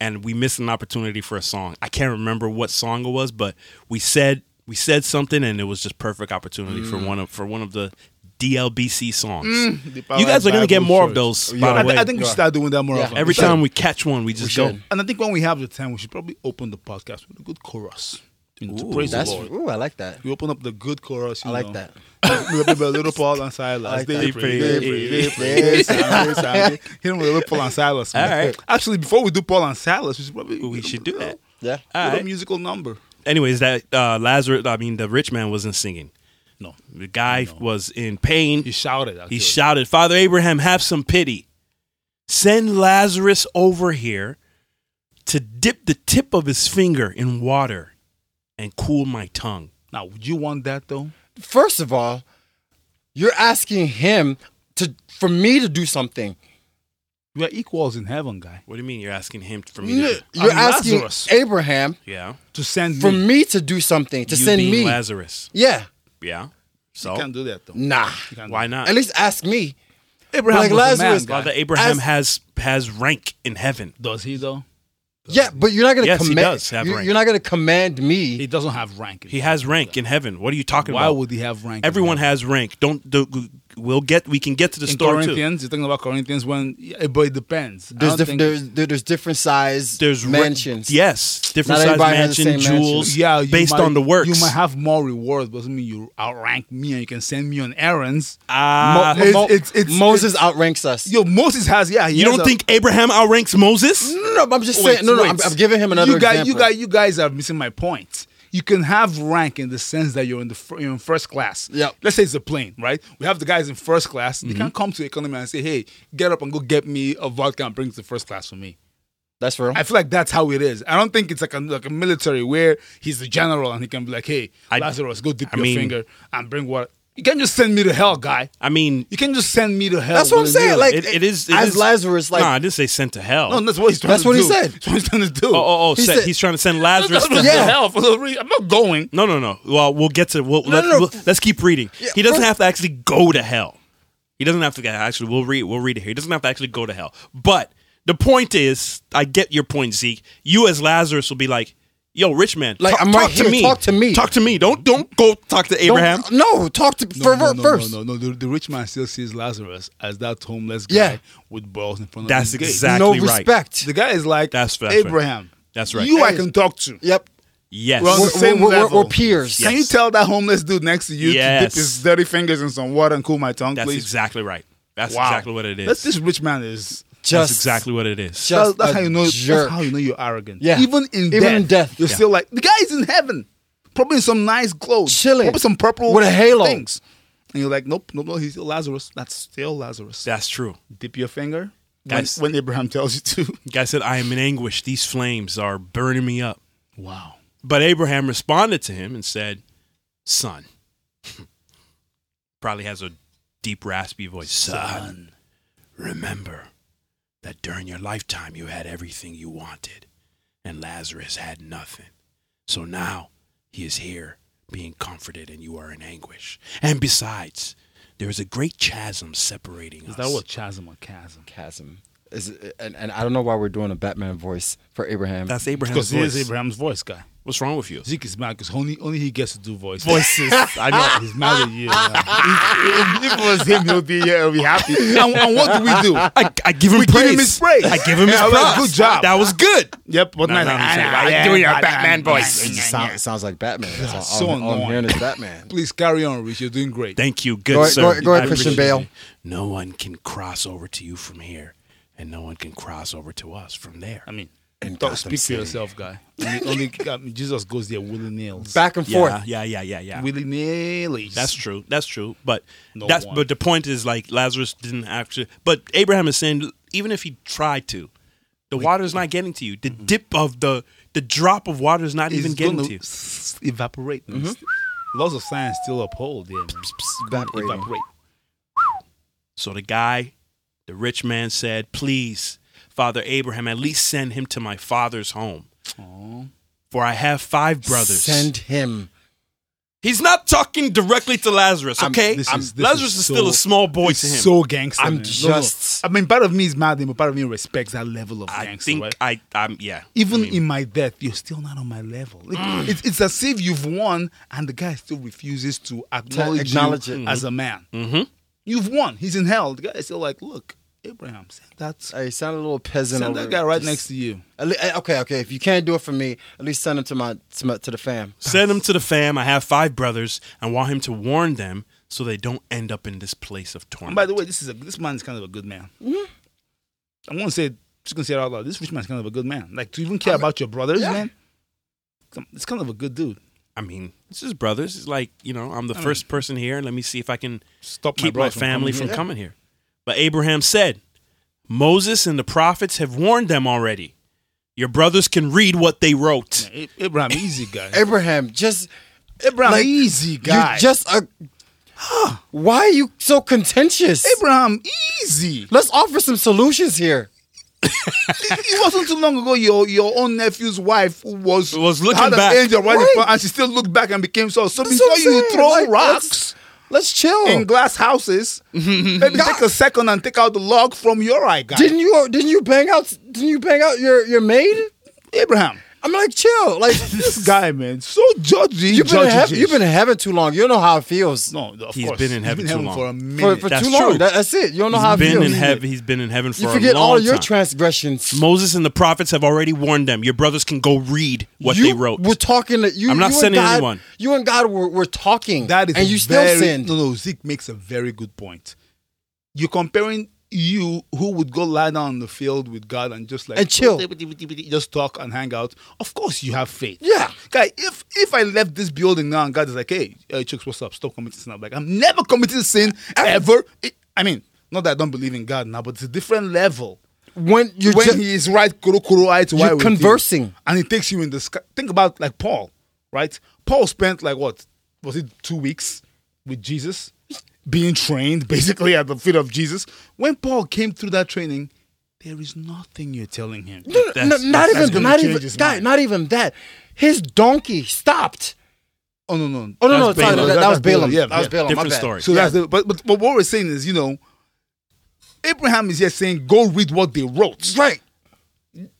[SPEAKER 5] and we missed an opportunity for a song. I can't remember what song it was, but we said we said something, and it was just perfect opportunity
[SPEAKER 6] Mm.
[SPEAKER 5] for one of for one of the DLBC songs. you guys are gonna get more of those.
[SPEAKER 6] I,
[SPEAKER 5] By the
[SPEAKER 6] thi-
[SPEAKER 5] way,
[SPEAKER 6] I think we should start doing that more
[SPEAKER 3] Yeah.
[SPEAKER 6] often.
[SPEAKER 5] every
[SPEAKER 6] We should.
[SPEAKER 5] time we catch one, we just go.
[SPEAKER 3] should.
[SPEAKER 6] and I think when we have the time, we should probably open the podcast with a good chorus. You know, to praise
[SPEAKER 3] That's,
[SPEAKER 6] the Lord.
[SPEAKER 3] ooh, I like that.
[SPEAKER 6] We open up the good chorus. You
[SPEAKER 3] I like
[SPEAKER 6] know.
[SPEAKER 3] that.
[SPEAKER 6] Maybe- Maybe a little Paul and Silas.
[SPEAKER 3] like
[SPEAKER 6] they
[SPEAKER 3] that.
[SPEAKER 6] pray,
[SPEAKER 5] They
[SPEAKER 6] they pray,
[SPEAKER 5] pray,
[SPEAKER 6] they pray, they pray, they pray. Hit him with a little Paul and Silas. man.
[SPEAKER 5] All right.
[SPEAKER 6] Actually, before we do Paul and Silas, we should probably
[SPEAKER 5] We should do that.
[SPEAKER 3] Yeah.
[SPEAKER 5] All
[SPEAKER 6] Little
[SPEAKER 5] right.
[SPEAKER 6] musical number.
[SPEAKER 5] anyways, that uh, Lazarus, I mean, the rich man wasn't singing.
[SPEAKER 6] No.
[SPEAKER 5] The guy was in pain.
[SPEAKER 6] He
[SPEAKER 5] He,
[SPEAKER 6] shouted. Actually.
[SPEAKER 5] shouted, Father Abraham, have some pity. Send Lazarus over here to dip the tip of his finger in water and cool my tongue.
[SPEAKER 6] Now, would you want that though?
[SPEAKER 3] First of all, you're asking him to for me to do something.
[SPEAKER 6] We are equals in heaven, guy.
[SPEAKER 5] What do you mean you're asking him for me to
[SPEAKER 3] You're
[SPEAKER 5] do?
[SPEAKER 6] I'm
[SPEAKER 3] asking
[SPEAKER 6] Lazarus.
[SPEAKER 3] Abraham
[SPEAKER 5] Yeah.
[SPEAKER 6] To send
[SPEAKER 3] for
[SPEAKER 6] me.
[SPEAKER 3] me to do something to
[SPEAKER 5] You
[SPEAKER 3] send
[SPEAKER 5] being
[SPEAKER 3] me.
[SPEAKER 5] Lazarus.
[SPEAKER 3] Yeah,
[SPEAKER 5] Yeah.
[SPEAKER 6] You
[SPEAKER 5] So
[SPEAKER 6] can't do that though.
[SPEAKER 3] nah.
[SPEAKER 6] You can't do
[SPEAKER 5] why
[SPEAKER 6] that.
[SPEAKER 5] not?
[SPEAKER 3] At least ask me.
[SPEAKER 6] Abraham
[SPEAKER 3] Like
[SPEAKER 6] was a man,
[SPEAKER 3] Lazarus-
[SPEAKER 6] guy.
[SPEAKER 5] Father Abraham
[SPEAKER 3] As-
[SPEAKER 5] has has rank in heaven.
[SPEAKER 6] Does he though?
[SPEAKER 3] Yeah, but you're not gonna
[SPEAKER 5] Yes, he
[SPEAKER 3] command.
[SPEAKER 5] does have
[SPEAKER 3] you-
[SPEAKER 5] rank.
[SPEAKER 3] You're not gonna command
[SPEAKER 6] He
[SPEAKER 3] me.
[SPEAKER 6] doesn't have rank.
[SPEAKER 5] He has rank in heaven. What are you talking
[SPEAKER 6] Why
[SPEAKER 5] about?
[SPEAKER 6] would he have rank? in
[SPEAKER 5] Everyone
[SPEAKER 6] heaven?
[SPEAKER 5] has rank. Don't do, we'll get we can get to the
[SPEAKER 6] In
[SPEAKER 5] story too.
[SPEAKER 6] Corinthians, you're talking about Corinthians when, yeah, but it depends. I
[SPEAKER 3] There's
[SPEAKER 6] don't
[SPEAKER 3] diff-
[SPEAKER 6] think-
[SPEAKER 3] there's there- there's different size
[SPEAKER 5] There's ra-
[SPEAKER 3] mansions.
[SPEAKER 5] yes, different
[SPEAKER 3] Not
[SPEAKER 5] size
[SPEAKER 3] everybody has the
[SPEAKER 5] mansion,
[SPEAKER 3] same mansion.
[SPEAKER 5] jewels.
[SPEAKER 6] yeah, you
[SPEAKER 5] based
[SPEAKER 6] might-
[SPEAKER 5] on the works.
[SPEAKER 6] You might have more rewards, but doesn't mean you outrank me and you can send me on errands.
[SPEAKER 5] Ah,
[SPEAKER 6] Mo- it's- it's- it's-
[SPEAKER 3] Moses outranks us.
[SPEAKER 6] Yo, Moses has yeah. He
[SPEAKER 5] you
[SPEAKER 6] has
[SPEAKER 5] don't
[SPEAKER 6] a-
[SPEAKER 5] think Abraham outranks Moses?
[SPEAKER 3] no, no, no, I'm just
[SPEAKER 6] Wait,
[SPEAKER 3] saying. No, no,
[SPEAKER 6] wait.
[SPEAKER 3] I'm, I'm giving him another
[SPEAKER 6] you guys,
[SPEAKER 3] example.
[SPEAKER 6] You guys, you guys are missing my point. You can have rank in the sense that you're in the fir- you're in first class.
[SPEAKER 3] Yep. Mm-hmm.
[SPEAKER 6] Let's say it's a plane, right? We have the guys in first class. They can't come to economy and say, "Hey, get up and go get me a vodka and bring it to first class for me."
[SPEAKER 3] That's real.
[SPEAKER 6] I feel like that's how it is. I don't think it's like a like a military where he's the general and he can be like, "Hey,
[SPEAKER 5] I-
[SPEAKER 6] Lazarus, go dip
[SPEAKER 5] I
[SPEAKER 6] your
[SPEAKER 5] mean-
[SPEAKER 6] finger and bring what." You can't just send me to hell, guy.
[SPEAKER 5] I mean,
[SPEAKER 6] You can't just send me to hell.
[SPEAKER 3] That's what I'm
[SPEAKER 6] with a
[SPEAKER 3] saying.
[SPEAKER 6] deal.
[SPEAKER 3] Like
[SPEAKER 5] it, it is. it
[SPEAKER 3] as
[SPEAKER 5] is-
[SPEAKER 3] Lazarus, like
[SPEAKER 5] nah, I didn't say sent to hell.
[SPEAKER 6] no, that's what he's trying
[SPEAKER 3] That's
[SPEAKER 6] to
[SPEAKER 3] what
[SPEAKER 6] do.
[SPEAKER 3] he said.
[SPEAKER 6] That's what he's trying to do.
[SPEAKER 5] oh, oh, oh,
[SPEAKER 3] He
[SPEAKER 5] set-
[SPEAKER 3] said-
[SPEAKER 5] he's trying to send
[SPEAKER 6] That's
[SPEAKER 5] Lazarus
[SPEAKER 6] what
[SPEAKER 5] to
[SPEAKER 6] he's
[SPEAKER 3] Yeah.
[SPEAKER 6] to hell for no reason. I'm not going.
[SPEAKER 5] No, no, no. Well, we'll get to. We'll, let,
[SPEAKER 3] no, no.
[SPEAKER 5] Let's keep reading.
[SPEAKER 3] Yeah,
[SPEAKER 5] he doesn't
[SPEAKER 3] first-
[SPEAKER 5] have to actually go to hell. He doesn't have to get. Actually, we'll read. We'll read it here. He doesn't have to actually go to hell. But the point is, I get your point, Zeke. You as Lazarus will be like, "Yo, rich man,
[SPEAKER 3] Like,
[SPEAKER 5] talk,
[SPEAKER 3] I'm
[SPEAKER 5] talk
[SPEAKER 3] right
[SPEAKER 5] to
[SPEAKER 3] here.
[SPEAKER 5] me.
[SPEAKER 3] Talk to me.
[SPEAKER 5] Talk to me. Don't don't go talk to
[SPEAKER 3] don't-
[SPEAKER 5] Abraham.
[SPEAKER 3] No, talk to
[SPEAKER 6] No,
[SPEAKER 3] for,
[SPEAKER 6] no, no,
[SPEAKER 3] first.
[SPEAKER 6] No, no, no. The, the rich man still sees Lazarus as that homeless guy
[SPEAKER 3] Yeah.
[SPEAKER 6] with balls in front of
[SPEAKER 5] That's
[SPEAKER 6] his gate.
[SPEAKER 5] exact-
[SPEAKER 3] No
[SPEAKER 5] Exactly right.
[SPEAKER 3] respect.
[SPEAKER 6] The guy is like
[SPEAKER 5] That's- that's right.
[SPEAKER 6] Abraham.
[SPEAKER 5] That's right.
[SPEAKER 6] You I can talk to.
[SPEAKER 3] Yep.
[SPEAKER 5] Yes.
[SPEAKER 6] Well, On the
[SPEAKER 3] We're,
[SPEAKER 6] same
[SPEAKER 3] we're- we're-
[SPEAKER 6] level.
[SPEAKER 3] we're peers.
[SPEAKER 5] Yeah.
[SPEAKER 6] Can you tell that homeless dude next to you to dip
[SPEAKER 5] Yes.
[SPEAKER 6] his dirty fingers in some water and cool my tongue,
[SPEAKER 5] That's
[SPEAKER 6] please?
[SPEAKER 5] exactly right. That's
[SPEAKER 6] Wow.
[SPEAKER 5] exactly what it is.
[SPEAKER 6] That's this rich man is.
[SPEAKER 5] That's
[SPEAKER 3] Just
[SPEAKER 5] exactly what it is.
[SPEAKER 3] Just
[SPEAKER 6] that's, that's
[SPEAKER 3] a
[SPEAKER 6] how you know.
[SPEAKER 3] jerk.
[SPEAKER 6] That's how you know you're arrogant.
[SPEAKER 3] Yeah.
[SPEAKER 6] Even in
[SPEAKER 3] Even
[SPEAKER 6] death,
[SPEAKER 3] in death.
[SPEAKER 6] you're
[SPEAKER 3] Yeah.
[SPEAKER 6] still like the guy's in heaven, probably in some nice clothes,
[SPEAKER 3] Chilling.
[SPEAKER 6] probably some purple
[SPEAKER 3] With a halo.
[SPEAKER 6] things. And you're like, nope, nope, no, he's still Lazarus. That's still Lazarus.
[SPEAKER 5] That's true.
[SPEAKER 6] Dip your finger when,
[SPEAKER 5] That's-
[SPEAKER 6] when Abraham tells you to.
[SPEAKER 5] The guy said, "I am in anguish. These flames are burning me up."
[SPEAKER 6] Wow.
[SPEAKER 5] But Abraham responded to him and said, Son. Probably has a deep, raspy voice. Son, remember that during your lifetime you had everything you wanted, and Lazarus had nothing. So now he is here being comforted, and you are in anguish. And besides, there is a great chasm separating us.
[SPEAKER 6] chasm or chasm?
[SPEAKER 3] chasm. Is it, and, and I don't know why we're doing a Batman voice for Abraham.
[SPEAKER 5] That's Abraham's
[SPEAKER 6] Because he
[SPEAKER 5] voice.
[SPEAKER 6] is Abraham's voice guy.
[SPEAKER 5] What's wrong with you?
[SPEAKER 6] Zeke is mad because only, only he gets to do voices.
[SPEAKER 5] Voices.
[SPEAKER 6] I know he's mad at you. man. if, if it was him, he'll be here. He'll be happy. And, and what do we do?
[SPEAKER 5] I, I give him
[SPEAKER 6] We give him his praise.
[SPEAKER 5] I give him his
[SPEAKER 6] Yeah, well,
[SPEAKER 5] props.
[SPEAKER 6] good job.
[SPEAKER 5] That was good.
[SPEAKER 6] Yep. What
[SPEAKER 5] No,
[SPEAKER 6] night?
[SPEAKER 5] no, I'm saying,
[SPEAKER 6] I,
[SPEAKER 5] I do your Batman voice.
[SPEAKER 3] it just sound, it sounds like Batman. That's all,
[SPEAKER 6] so
[SPEAKER 3] all I'm- all I'm
[SPEAKER 6] annoying.
[SPEAKER 3] hearing is Batman.
[SPEAKER 6] Please carry on, Rich. You're doing great.
[SPEAKER 5] Thank you. Good
[SPEAKER 3] Go ahead-
[SPEAKER 5] sir.
[SPEAKER 3] go ahead- go ahead,
[SPEAKER 5] I
[SPEAKER 3] Christian
[SPEAKER 5] appreciate
[SPEAKER 3] Bale.
[SPEAKER 5] it. No one can cross over to you from here, and no one can cross over to us from there.
[SPEAKER 6] I mean,
[SPEAKER 3] And
[SPEAKER 6] talk,
[SPEAKER 3] Gotham
[SPEAKER 6] speak for
[SPEAKER 3] City.
[SPEAKER 6] yourself, guy. Only, only I mean, Jesus goes there willy nils.
[SPEAKER 3] Back and forth.
[SPEAKER 5] yeah, yeah, yeah, yeah, yeah.
[SPEAKER 6] willy nilly.
[SPEAKER 5] That's true. That's true. But
[SPEAKER 6] No
[SPEAKER 5] that's
[SPEAKER 6] one.
[SPEAKER 5] but the point is like Lazarus didn't actually. But Abraham is saying even if he tried to, the water is not getting to you. The dip of the the drop of water is not even getting
[SPEAKER 6] Mm-hmm. gonna
[SPEAKER 5] to you.
[SPEAKER 6] s- evaporate. man. Laws of science still uphold. Yeah, man.
[SPEAKER 3] Evaporating.
[SPEAKER 6] evaporate.
[SPEAKER 5] So the guy, the rich man said, Please, Father Abraham, at least send him to my father's home. For I have five brothers.
[SPEAKER 3] Send him.
[SPEAKER 5] He's not talking directly to Lazarus,
[SPEAKER 3] I'm-
[SPEAKER 5] okay?
[SPEAKER 6] this
[SPEAKER 5] I'm-
[SPEAKER 6] is- this
[SPEAKER 5] Lazarus
[SPEAKER 6] is
[SPEAKER 5] is, still a
[SPEAKER 6] so-
[SPEAKER 5] small boy
[SPEAKER 6] It's
[SPEAKER 5] to him.
[SPEAKER 6] so gangster.
[SPEAKER 3] I'm
[SPEAKER 6] man.
[SPEAKER 3] just-
[SPEAKER 6] No, no. I mean, part of me is mad at him, but part of me respects that level of
[SPEAKER 5] I
[SPEAKER 6] gangster.
[SPEAKER 5] think
[SPEAKER 6] right?
[SPEAKER 5] I, I'm, yeah.
[SPEAKER 6] Even
[SPEAKER 5] I mean, Mm.
[SPEAKER 6] in my death, you're still not on my level. Like, it's, it's as if you've won, and the guy still refuses to acknowledge, you
[SPEAKER 3] acknowledge it. Mm-hmm.
[SPEAKER 6] as a man.
[SPEAKER 5] Mhm.
[SPEAKER 6] You've won. He's in hell. The guy is still like, look, Abraham, send that,
[SPEAKER 3] Hey, sound a little peasant.
[SPEAKER 6] send
[SPEAKER 3] over
[SPEAKER 6] that guy right
[SPEAKER 3] just-
[SPEAKER 6] next to you.
[SPEAKER 3] At le- eh, okay, okay. If you can't do it for me, at least send him to my to, my, to the fam.
[SPEAKER 5] Send him to the fam. I have five brothers. I want him to warn them so they don't end up in this place of torment.
[SPEAKER 6] And by the way, this is a, this man is kind of a good man. I'm gonna say, just gonna say it out loud. This rich man's kind of a good man. Like to even care about your brothers,
[SPEAKER 3] yeah.
[SPEAKER 6] man. come- It's kind of a good dude.
[SPEAKER 5] I mean, it's his brothers. It's like, you know, I'm the first person here, and let me see if I can
[SPEAKER 6] Stop
[SPEAKER 5] keep my,
[SPEAKER 6] brothers from
[SPEAKER 5] family
[SPEAKER 6] coming
[SPEAKER 5] from
[SPEAKER 6] here.
[SPEAKER 5] coming here. But Abraham said, Moses and the prophets have warned them already. Your brothers can read what they wrote.
[SPEAKER 6] Yeah, A- Abraham, easy guy.
[SPEAKER 3] Abraham, just
[SPEAKER 6] Abraham,
[SPEAKER 3] Eh, like,
[SPEAKER 6] easy guy.
[SPEAKER 3] you just a. Why are you so contentious?
[SPEAKER 6] Abraham, easy.
[SPEAKER 3] Let's offer some solutions here.
[SPEAKER 6] it wasn't too long ago your your own nephew's wife was
[SPEAKER 5] Was looking
[SPEAKER 6] had
[SPEAKER 5] back.
[SPEAKER 6] an angel right, in
[SPEAKER 3] Right.
[SPEAKER 6] front, and she still looked back and became so. So
[SPEAKER 3] That's
[SPEAKER 6] before
[SPEAKER 3] oh. what I'm
[SPEAKER 6] you
[SPEAKER 3] saying.
[SPEAKER 6] throw
[SPEAKER 3] Like,
[SPEAKER 6] rocks
[SPEAKER 3] Let's chill.
[SPEAKER 6] in glass houses, maybe take a second and take out the log from your eye, guy.
[SPEAKER 3] didn't you didn't you bang out didn't you bang out your your maid?
[SPEAKER 6] Abraham?
[SPEAKER 3] I'm like chill. Like
[SPEAKER 6] This guy, man, so judgy.
[SPEAKER 3] you've been in
[SPEAKER 6] judgy,
[SPEAKER 3] heaven,
[SPEAKER 6] judgy.
[SPEAKER 3] you've been in heaven too long. You don't know how it feels.
[SPEAKER 6] no, of
[SPEAKER 5] He's
[SPEAKER 6] course.
[SPEAKER 5] been in heaven
[SPEAKER 6] he's
[SPEAKER 5] too
[SPEAKER 6] been in
[SPEAKER 5] long.
[SPEAKER 6] heaven for a
[SPEAKER 3] for,
[SPEAKER 6] minute.
[SPEAKER 3] for
[SPEAKER 5] That's
[SPEAKER 3] too long.
[SPEAKER 5] true.
[SPEAKER 3] That- that's it. You don't know how
[SPEAKER 5] He's
[SPEAKER 3] it
[SPEAKER 5] been in
[SPEAKER 3] feels.
[SPEAKER 5] heaven. He's been in heaven for
[SPEAKER 3] You
[SPEAKER 5] a
[SPEAKER 3] forget
[SPEAKER 5] long
[SPEAKER 3] all your
[SPEAKER 5] time.
[SPEAKER 3] transgressions.
[SPEAKER 5] Moses and the prophets have already warned them. Your brothers can go read what
[SPEAKER 3] you
[SPEAKER 5] they wrote.
[SPEAKER 3] We're talking. To, you,
[SPEAKER 5] I'm not
[SPEAKER 3] you and
[SPEAKER 5] sending
[SPEAKER 3] God-
[SPEAKER 5] anyone.
[SPEAKER 3] You and God were, were talking.
[SPEAKER 6] That is
[SPEAKER 3] and
[SPEAKER 6] a
[SPEAKER 3] you still
[SPEAKER 6] very-
[SPEAKER 3] sinned.
[SPEAKER 6] No, no, Zeke makes a very good point. You're comparing you who would go lie down on the field with God and just like Oh,
[SPEAKER 3] And chill.
[SPEAKER 6] just talk and hang out. Of course, you have faith.
[SPEAKER 3] Yeah.
[SPEAKER 6] guy. If if I left this building now and God is like, hey, uh, chicks, what's up? Stop committing sin. I'm like, I'm never committing sin ever. It- I mean, not that I don't believe in God now, but it's a different level.
[SPEAKER 3] When you
[SPEAKER 6] when
[SPEAKER 3] ju-
[SPEAKER 6] he is right, kuro kuro eye to
[SPEAKER 3] You're
[SPEAKER 6] eye with you.
[SPEAKER 3] conversing.
[SPEAKER 6] and he takes you in the sky. Think about like Paul, right? Paul spent like what was it two weeks with Jesus, being trained basically at the feet of Jesus. When Paul came through that training, there is nothing you're telling him.
[SPEAKER 3] No, no,
[SPEAKER 5] That's-
[SPEAKER 3] not
[SPEAKER 6] that's
[SPEAKER 3] even,
[SPEAKER 6] gonna
[SPEAKER 3] not
[SPEAKER 6] change
[SPEAKER 3] even,
[SPEAKER 6] his
[SPEAKER 3] guy,
[SPEAKER 6] mind.
[SPEAKER 3] not even that. His donkey stopped.
[SPEAKER 6] Oh no, no.
[SPEAKER 3] Oh no,
[SPEAKER 5] That's
[SPEAKER 3] no, sorry,
[SPEAKER 5] Balaam.
[SPEAKER 3] that, that
[SPEAKER 6] That's
[SPEAKER 3] was Balaam.
[SPEAKER 6] Balaam, yeah,
[SPEAKER 3] that was
[SPEAKER 6] yeah.
[SPEAKER 3] Balaam. my
[SPEAKER 5] Different
[SPEAKER 3] bad.
[SPEAKER 5] story.
[SPEAKER 6] So that's the but, but but what we're saying is, you know, Abraham is just saying, go read what they wrote.
[SPEAKER 3] Right.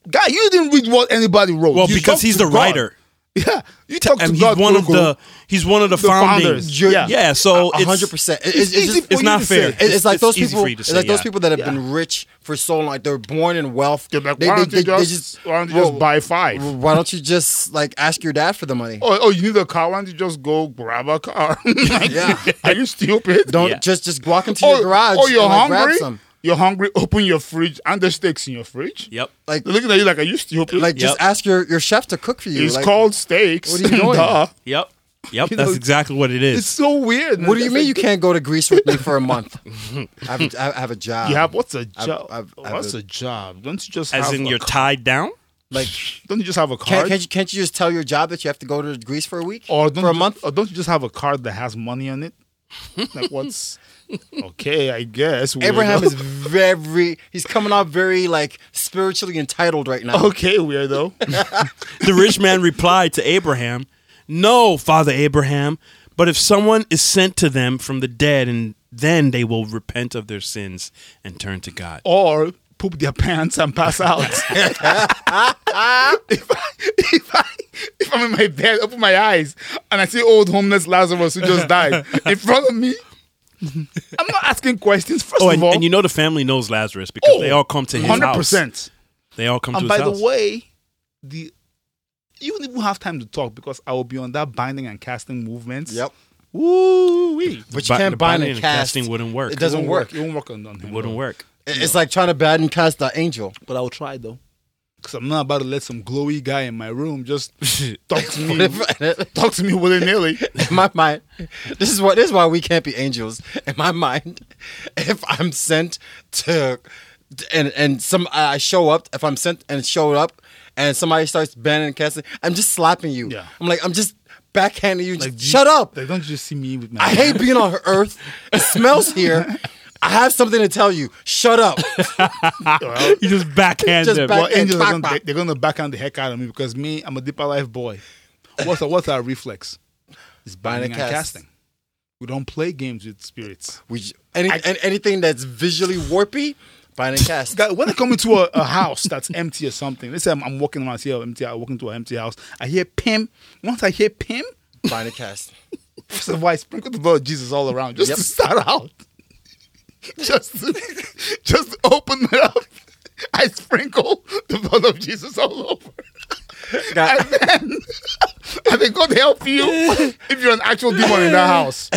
[SPEAKER 6] Guy, you didn't read what anybody wrote.
[SPEAKER 5] Well,
[SPEAKER 6] You
[SPEAKER 5] because
[SPEAKER 6] talked
[SPEAKER 5] he's
[SPEAKER 6] to
[SPEAKER 5] the
[SPEAKER 6] God.
[SPEAKER 5] writer.
[SPEAKER 6] Yeah, you talk to
[SPEAKER 5] and he's
[SPEAKER 6] God.
[SPEAKER 5] one of
[SPEAKER 6] Koko.
[SPEAKER 5] the he's one of the,
[SPEAKER 6] The
[SPEAKER 5] founding.
[SPEAKER 6] founders.
[SPEAKER 5] Ju-
[SPEAKER 6] Yeah.
[SPEAKER 5] Yeah. so
[SPEAKER 3] A
[SPEAKER 5] it's
[SPEAKER 3] hundred percent. It- It's,
[SPEAKER 6] It's
[SPEAKER 3] it's,
[SPEAKER 6] easy
[SPEAKER 3] just-
[SPEAKER 6] for
[SPEAKER 5] It's
[SPEAKER 6] you
[SPEAKER 5] not
[SPEAKER 6] to
[SPEAKER 5] fair.
[SPEAKER 6] say.
[SPEAKER 3] it's, it's like those
[SPEAKER 5] easy
[SPEAKER 3] people.
[SPEAKER 5] for you to
[SPEAKER 3] It's
[SPEAKER 5] say,
[SPEAKER 3] like those
[SPEAKER 5] yeah.
[SPEAKER 3] people that have been rich for so long, like they're born in wealth.
[SPEAKER 4] They're like, why don't you just- why don't you just buy five?
[SPEAKER 3] Why don't you just like ask your dad for the money?
[SPEAKER 4] Oh, oh, you need a car? Why don't you just go grab a car? Like,
[SPEAKER 3] Yeah.
[SPEAKER 4] Are you stupid?
[SPEAKER 3] Don't
[SPEAKER 5] Yeah.
[SPEAKER 3] just just walk into your garage.
[SPEAKER 4] Oh, you're
[SPEAKER 3] and, like,
[SPEAKER 4] hungry?
[SPEAKER 3] Grab some.
[SPEAKER 4] You're hungry? Open your fridge and there's steaks in your fridge.
[SPEAKER 5] Yep.
[SPEAKER 3] Like
[SPEAKER 4] They're looking at you like, are you stupid?
[SPEAKER 3] like just
[SPEAKER 5] Yep.
[SPEAKER 3] ask your your chef to cook for you.
[SPEAKER 4] it's
[SPEAKER 3] like,
[SPEAKER 4] called steaks.
[SPEAKER 3] What are you doing?
[SPEAKER 4] Duh.
[SPEAKER 5] Yep. Yep.
[SPEAKER 6] You
[SPEAKER 5] that's
[SPEAKER 6] know,
[SPEAKER 5] exactly what it
[SPEAKER 6] It's
[SPEAKER 5] is.
[SPEAKER 6] so weird. man.
[SPEAKER 3] What do you
[SPEAKER 6] That's
[SPEAKER 3] mean you
[SPEAKER 6] like-
[SPEAKER 3] can't go to Greece with me for a month? I have a, I have a job.
[SPEAKER 4] You have what's a
[SPEAKER 3] I've-
[SPEAKER 4] job?
[SPEAKER 3] I've- I've-
[SPEAKER 4] what's a job? Don't you just
[SPEAKER 5] As
[SPEAKER 4] have
[SPEAKER 5] in
[SPEAKER 4] a
[SPEAKER 5] you're
[SPEAKER 4] ca-
[SPEAKER 5] tied down?
[SPEAKER 3] like
[SPEAKER 4] don't you just have a card?
[SPEAKER 3] can't, can't you can't you just tell your job that you have to go to Greece for a week
[SPEAKER 4] or don't
[SPEAKER 3] for a
[SPEAKER 4] you,
[SPEAKER 3] month?
[SPEAKER 4] Or don't you just have a card that has money on it? Like what's okay? I guess weirdo.
[SPEAKER 3] Abraham is very he's coming out very like spiritually entitled right now.
[SPEAKER 4] okay, weirdo.
[SPEAKER 5] The rich man replied to Abraham, No, Father Abraham, but if someone is sent to them from the dead and then they will repent of their sins and turn to God.
[SPEAKER 6] Or poop their pants and pass out. if, I, if I if I'm in my bed, open my eyes, and I see old homeless Lazarus who just died in front of me, I'm not asking questions. First
[SPEAKER 5] Oh,
[SPEAKER 6] of
[SPEAKER 5] and,
[SPEAKER 6] all, Oh,
[SPEAKER 5] and you know the family knows Lazarus because they all come to his
[SPEAKER 6] hundred
[SPEAKER 5] 100%. house.
[SPEAKER 6] percent.
[SPEAKER 5] They all come to
[SPEAKER 6] And
[SPEAKER 5] his
[SPEAKER 6] by
[SPEAKER 5] house.
[SPEAKER 6] the way, the you won't even have time to talk because I will be on that binding and casting movements.
[SPEAKER 3] Yep.
[SPEAKER 6] Woo wee.
[SPEAKER 3] But you
[SPEAKER 5] Bi-
[SPEAKER 3] can't
[SPEAKER 5] the
[SPEAKER 3] bind
[SPEAKER 5] binding
[SPEAKER 3] and
[SPEAKER 5] and
[SPEAKER 3] cast.
[SPEAKER 5] casting wouldn't work.
[SPEAKER 3] It doesn't work.
[SPEAKER 6] It won't work on, on him.
[SPEAKER 5] It wouldn't
[SPEAKER 6] though.
[SPEAKER 5] work.
[SPEAKER 3] It's like trying to bind and cast the angel.
[SPEAKER 6] But I will try though. Because I'm not about to let some glowy guy in my room just talk to me.
[SPEAKER 4] Talk to me willy nilly.
[SPEAKER 3] in my mind, this is what this is why we can't be angels. In my mind, if I'm sent to and and some I show up, if I'm sent and showed up, and somebody starts banning and casting, I'm just slapping you.
[SPEAKER 6] Yeah.
[SPEAKER 3] I'm like I'm just backhanding you. Just
[SPEAKER 6] Like, do you-
[SPEAKER 3] shut up.
[SPEAKER 6] Like, don't you just see me with my.
[SPEAKER 3] I hate being on Earth. It smells here. I have something to tell you. Shut up.
[SPEAKER 5] You just backhand
[SPEAKER 3] Just
[SPEAKER 5] them.
[SPEAKER 3] back-
[SPEAKER 6] well, angels are
[SPEAKER 3] Backhand,
[SPEAKER 6] gonna,
[SPEAKER 3] back-
[SPEAKER 6] they're gonna backhand the heck out of me because me, I'm a deeper life boy. What's our, what's our reflex? It's binding and
[SPEAKER 3] Binding and cast.
[SPEAKER 6] casting. We don't play games with spirits.
[SPEAKER 3] We j- any, an- anything that's visually warpy, bind and cast.
[SPEAKER 6] Guy, when I come into a, a house that's empty or something, let's say I'm, I'm walking around here, empty, I walk into an empty house, I hear Pim. Once I hear Pim,
[SPEAKER 3] Bind and cast.
[SPEAKER 6] first of all, I sprinkle the blood of Jesus all around just
[SPEAKER 3] Yep.
[SPEAKER 6] to start out. just, to, just to open it up. I sprinkle the blood of Jesus all over.
[SPEAKER 3] Guy-
[SPEAKER 6] And then, and then God help you if you're an actual demon in that house.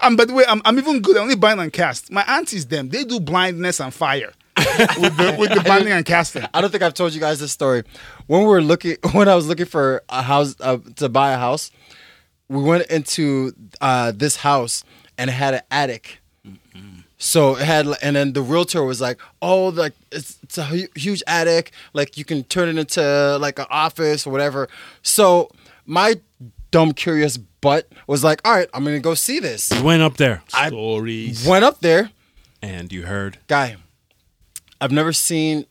[SPEAKER 6] And by the way, I'm, I'm even good. I only bind and cast. My aunties, them, they do blindness and fire with the, with the binding and casting.
[SPEAKER 3] I don't think I've told you guys this story. When we were looking, when I was looking for a house uh, to buy a house, we went into uh, this house and it had an attic. So it had, and then the realtor was like, "Oh, like it's, it's a hu- huge attic. Like you can turn it into like an office or whatever." So my dumb, curious butt was like, "All right, I'm gonna go see this."
[SPEAKER 5] You went up there
[SPEAKER 6] Stories.
[SPEAKER 3] Went up there,
[SPEAKER 5] and you heard.
[SPEAKER 3] guy. I've never seen.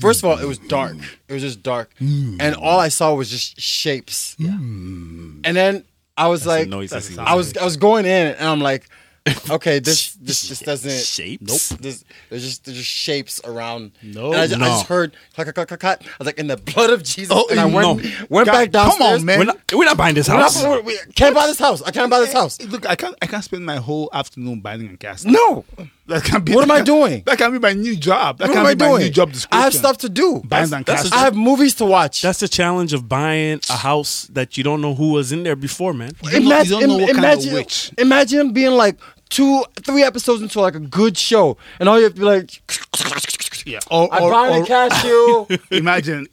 [SPEAKER 3] First of all, it was dark. It was just dark, and all I saw was just shapes. And then I was
[SPEAKER 5] the
[SPEAKER 3] like,
[SPEAKER 5] noises he was
[SPEAKER 3] I was I was going in, and I'm like, okay, this this just doesn't
[SPEAKER 5] Shapes?
[SPEAKER 3] Nope. This, there's just there's just shapes around.
[SPEAKER 6] No.
[SPEAKER 3] and I, just, I
[SPEAKER 5] No.
[SPEAKER 3] just heard clack, clack, clack, clack, clack. I was like, in the blood of Jesus,
[SPEAKER 5] Oh,
[SPEAKER 3] and I went
[SPEAKER 5] no.
[SPEAKER 3] went back
[SPEAKER 6] God,
[SPEAKER 3] downstairs.
[SPEAKER 6] come on, man.
[SPEAKER 5] We're not, we're not buying this
[SPEAKER 3] We're not-
[SPEAKER 5] house.
[SPEAKER 3] we're- we can't buy this house. I can't buy this house.
[SPEAKER 6] Look, I can't. I can't spend my whole afternoon binding and casting.
[SPEAKER 3] No.
[SPEAKER 6] That can't be.
[SPEAKER 3] What am
[SPEAKER 6] that
[SPEAKER 3] I
[SPEAKER 6] can't-
[SPEAKER 3] doing?
[SPEAKER 6] That can't be my new job. That
[SPEAKER 3] What
[SPEAKER 6] can't
[SPEAKER 3] am I
[SPEAKER 6] be my
[SPEAKER 3] doing?
[SPEAKER 6] new job description.
[SPEAKER 3] I have stuff to do.
[SPEAKER 6] Binding and
[SPEAKER 5] That's-
[SPEAKER 6] casting.
[SPEAKER 5] that's
[SPEAKER 3] I have movies to watch.
[SPEAKER 5] That's the challenge of buying a house that you don't know who was in there before, man.
[SPEAKER 6] You don't know- you
[SPEAKER 3] imagine,
[SPEAKER 6] don't know
[SPEAKER 3] im-
[SPEAKER 6] what kind of
[SPEAKER 3] imagine,
[SPEAKER 6] witch.
[SPEAKER 3] imagine being like two, three episodes into like a good show, and all you have to be like,
[SPEAKER 6] yeah. Or,
[SPEAKER 3] "I
[SPEAKER 6] or,
[SPEAKER 3] bought a
[SPEAKER 6] or
[SPEAKER 3] cashew."
[SPEAKER 6] imagine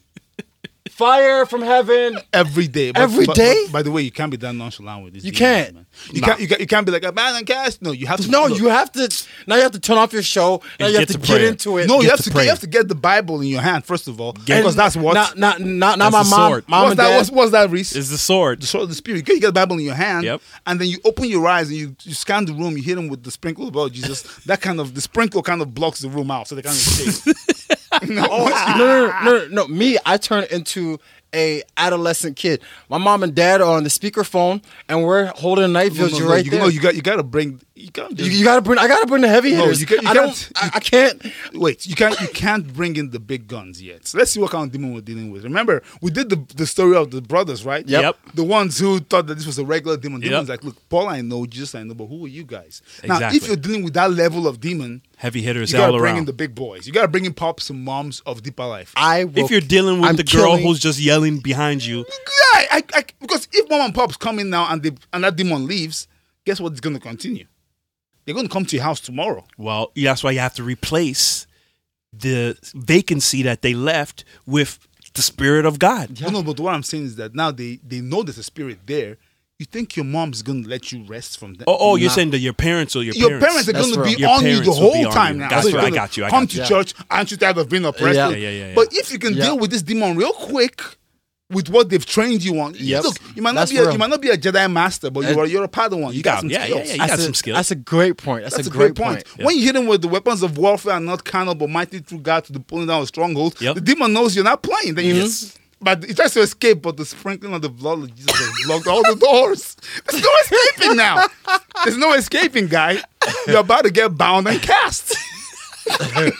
[SPEAKER 3] fire from heaven.
[SPEAKER 6] every day.
[SPEAKER 3] Every
[SPEAKER 6] but,
[SPEAKER 3] day?
[SPEAKER 6] But, by the way, you can't be that nonchalant with this.
[SPEAKER 3] You can't.
[SPEAKER 6] Man. You can't. You can't. You can't be like a man and cast. No, you have to.
[SPEAKER 3] No,
[SPEAKER 6] look,
[SPEAKER 3] you have to now. You have to turn off your show. Now
[SPEAKER 5] And
[SPEAKER 3] you have to
[SPEAKER 5] get to
[SPEAKER 3] get
[SPEAKER 5] prayer.
[SPEAKER 3] into it.
[SPEAKER 6] No, you
[SPEAKER 3] Get
[SPEAKER 6] have
[SPEAKER 3] to
[SPEAKER 6] to.
[SPEAKER 3] prayer.
[SPEAKER 6] You have to get the Bible in your hand first of all,
[SPEAKER 3] And
[SPEAKER 6] because that's what.
[SPEAKER 3] Not not not, not my
[SPEAKER 5] That's a
[SPEAKER 3] mom.
[SPEAKER 5] sword.
[SPEAKER 3] Mom
[SPEAKER 6] what's
[SPEAKER 3] and
[SPEAKER 6] that?
[SPEAKER 3] dad.
[SPEAKER 6] What's, what's that, Reese?
[SPEAKER 5] Is the sword.
[SPEAKER 6] the sword of the spirit. You get the Bible in your hand,
[SPEAKER 5] Yep.
[SPEAKER 6] and then you open your eyes and you, you scan the room. You hit them with the sprinkle about Jesus. that kind of the sprinkle kind of blocks the room out, so they can't escape.
[SPEAKER 3] no, no, no, no, no. Me, I turn into a adolescent kid. My mom and dad are on the speakerphone, and we're holding a night
[SPEAKER 6] No,
[SPEAKER 3] village
[SPEAKER 6] no, no,
[SPEAKER 3] right
[SPEAKER 6] you,
[SPEAKER 3] there.
[SPEAKER 6] no, you got you got to bring. You can't.
[SPEAKER 3] You,
[SPEAKER 6] Just,
[SPEAKER 3] you gotta bring. I gotta bring the heavy
[SPEAKER 6] No,
[SPEAKER 3] hitters.
[SPEAKER 6] you can't- you
[SPEAKER 3] I
[SPEAKER 6] can't-
[SPEAKER 3] don't. I, I can't.
[SPEAKER 6] Wait, you can't you can't bring in the big guns yet. So let's see what kind of demon we're dealing with. Remember, we did the, the story of the brothers, right?
[SPEAKER 3] Yep. Yep.
[SPEAKER 6] The ones who thought that this was a regular demon.
[SPEAKER 5] Yep.
[SPEAKER 6] Demons like, look, Paul, I know, Jesus, I know, but who are you guys? Now, if
[SPEAKER 5] Exactly.
[SPEAKER 6] you're dealing with that level of demon,
[SPEAKER 5] Heavy hitters
[SPEAKER 6] you gotta
[SPEAKER 5] all
[SPEAKER 6] bring in
[SPEAKER 5] around.
[SPEAKER 6] the big boys. You gotta bring in pops and moms of deeper life.
[SPEAKER 3] I. Will,
[SPEAKER 5] if you're dealing with
[SPEAKER 3] I'm
[SPEAKER 5] the girl
[SPEAKER 3] killing-
[SPEAKER 5] who's just yelling behind you,
[SPEAKER 6] Yeah, I, I, because if mom and pops come in now and they, and that demon leaves, guess what's going to continue? They're going to come to your house tomorrow.
[SPEAKER 5] well, that's why you have to replace the vacancy that they left with the spirit of God.
[SPEAKER 6] No, no, but what I'm saying is that now they, they know there's a spirit there. You think your mom's going to let you rest from that?
[SPEAKER 5] Oh, oh you're saying that your parents or your,
[SPEAKER 6] your parents, are
[SPEAKER 3] That's
[SPEAKER 6] going to
[SPEAKER 3] right.
[SPEAKER 6] be
[SPEAKER 5] Your
[SPEAKER 6] on you the
[SPEAKER 5] parents will be
[SPEAKER 6] whole
[SPEAKER 5] on
[SPEAKER 6] time
[SPEAKER 5] you.
[SPEAKER 6] now.
[SPEAKER 5] That's
[SPEAKER 6] So you're
[SPEAKER 5] right. I
[SPEAKER 6] gonna
[SPEAKER 5] got you. I
[SPEAKER 6] come
[SPEAKER 5] got
[SPEAKER 6] to
[SPEAKER 5] you.
[SPEAKER 6] church. Aren't you tired of being oppressed?
[SPEAKER 3] Yeah.
[SPEAKER 5] Yeah, yeah, yeah, yeah.
[SPEAKER 6] But if you can
[SPEAKER 3] Yeah.
[SPEAKER 6] deal with this demon real quick. With what they've trained you on,
[SPEAKER 3] Yes.
[SPEAKER 6] look, you might not
[SPEAKER 3] That's
[SPEAKER 6] be a,
[SPEAKER 3] real.
[SPEAKER 6] you might not be a Jedi master, but
[SPEAKER 3] And-
[SPEAKER 6] you are you're a Padawan. You, got,
[SPEAKER 5] got-
[SPEAKER 6] some
[SPEAKER 5] yeah, yeah,
[SPEAKER 6] skills.
[SPEAKER 5] yeah, you
[SPEAKER 3] that's
[SPEAKER 5] got
[SPEAKER 3] a,
[SPEAKER 5] some skill.
[SPEAKER 3] That's a great point. That's,
[SPEAKER 6] That's a great point.
[SPEAKER 3] point.
[SPEAKER 6] When you hit him with the weapons of warfare and not carnal, but mighty through God to the pulling down of strongholds,
[SPEAKER 5] Yep.
[SPEAKER 6] the demon knows you're not playing. Then you just, but he tries to escape, but the sprinkling of the blood of Jesus has blocked all the doors. There's no escaping now. There's no escaping, guy. You're about to get bound and cast. You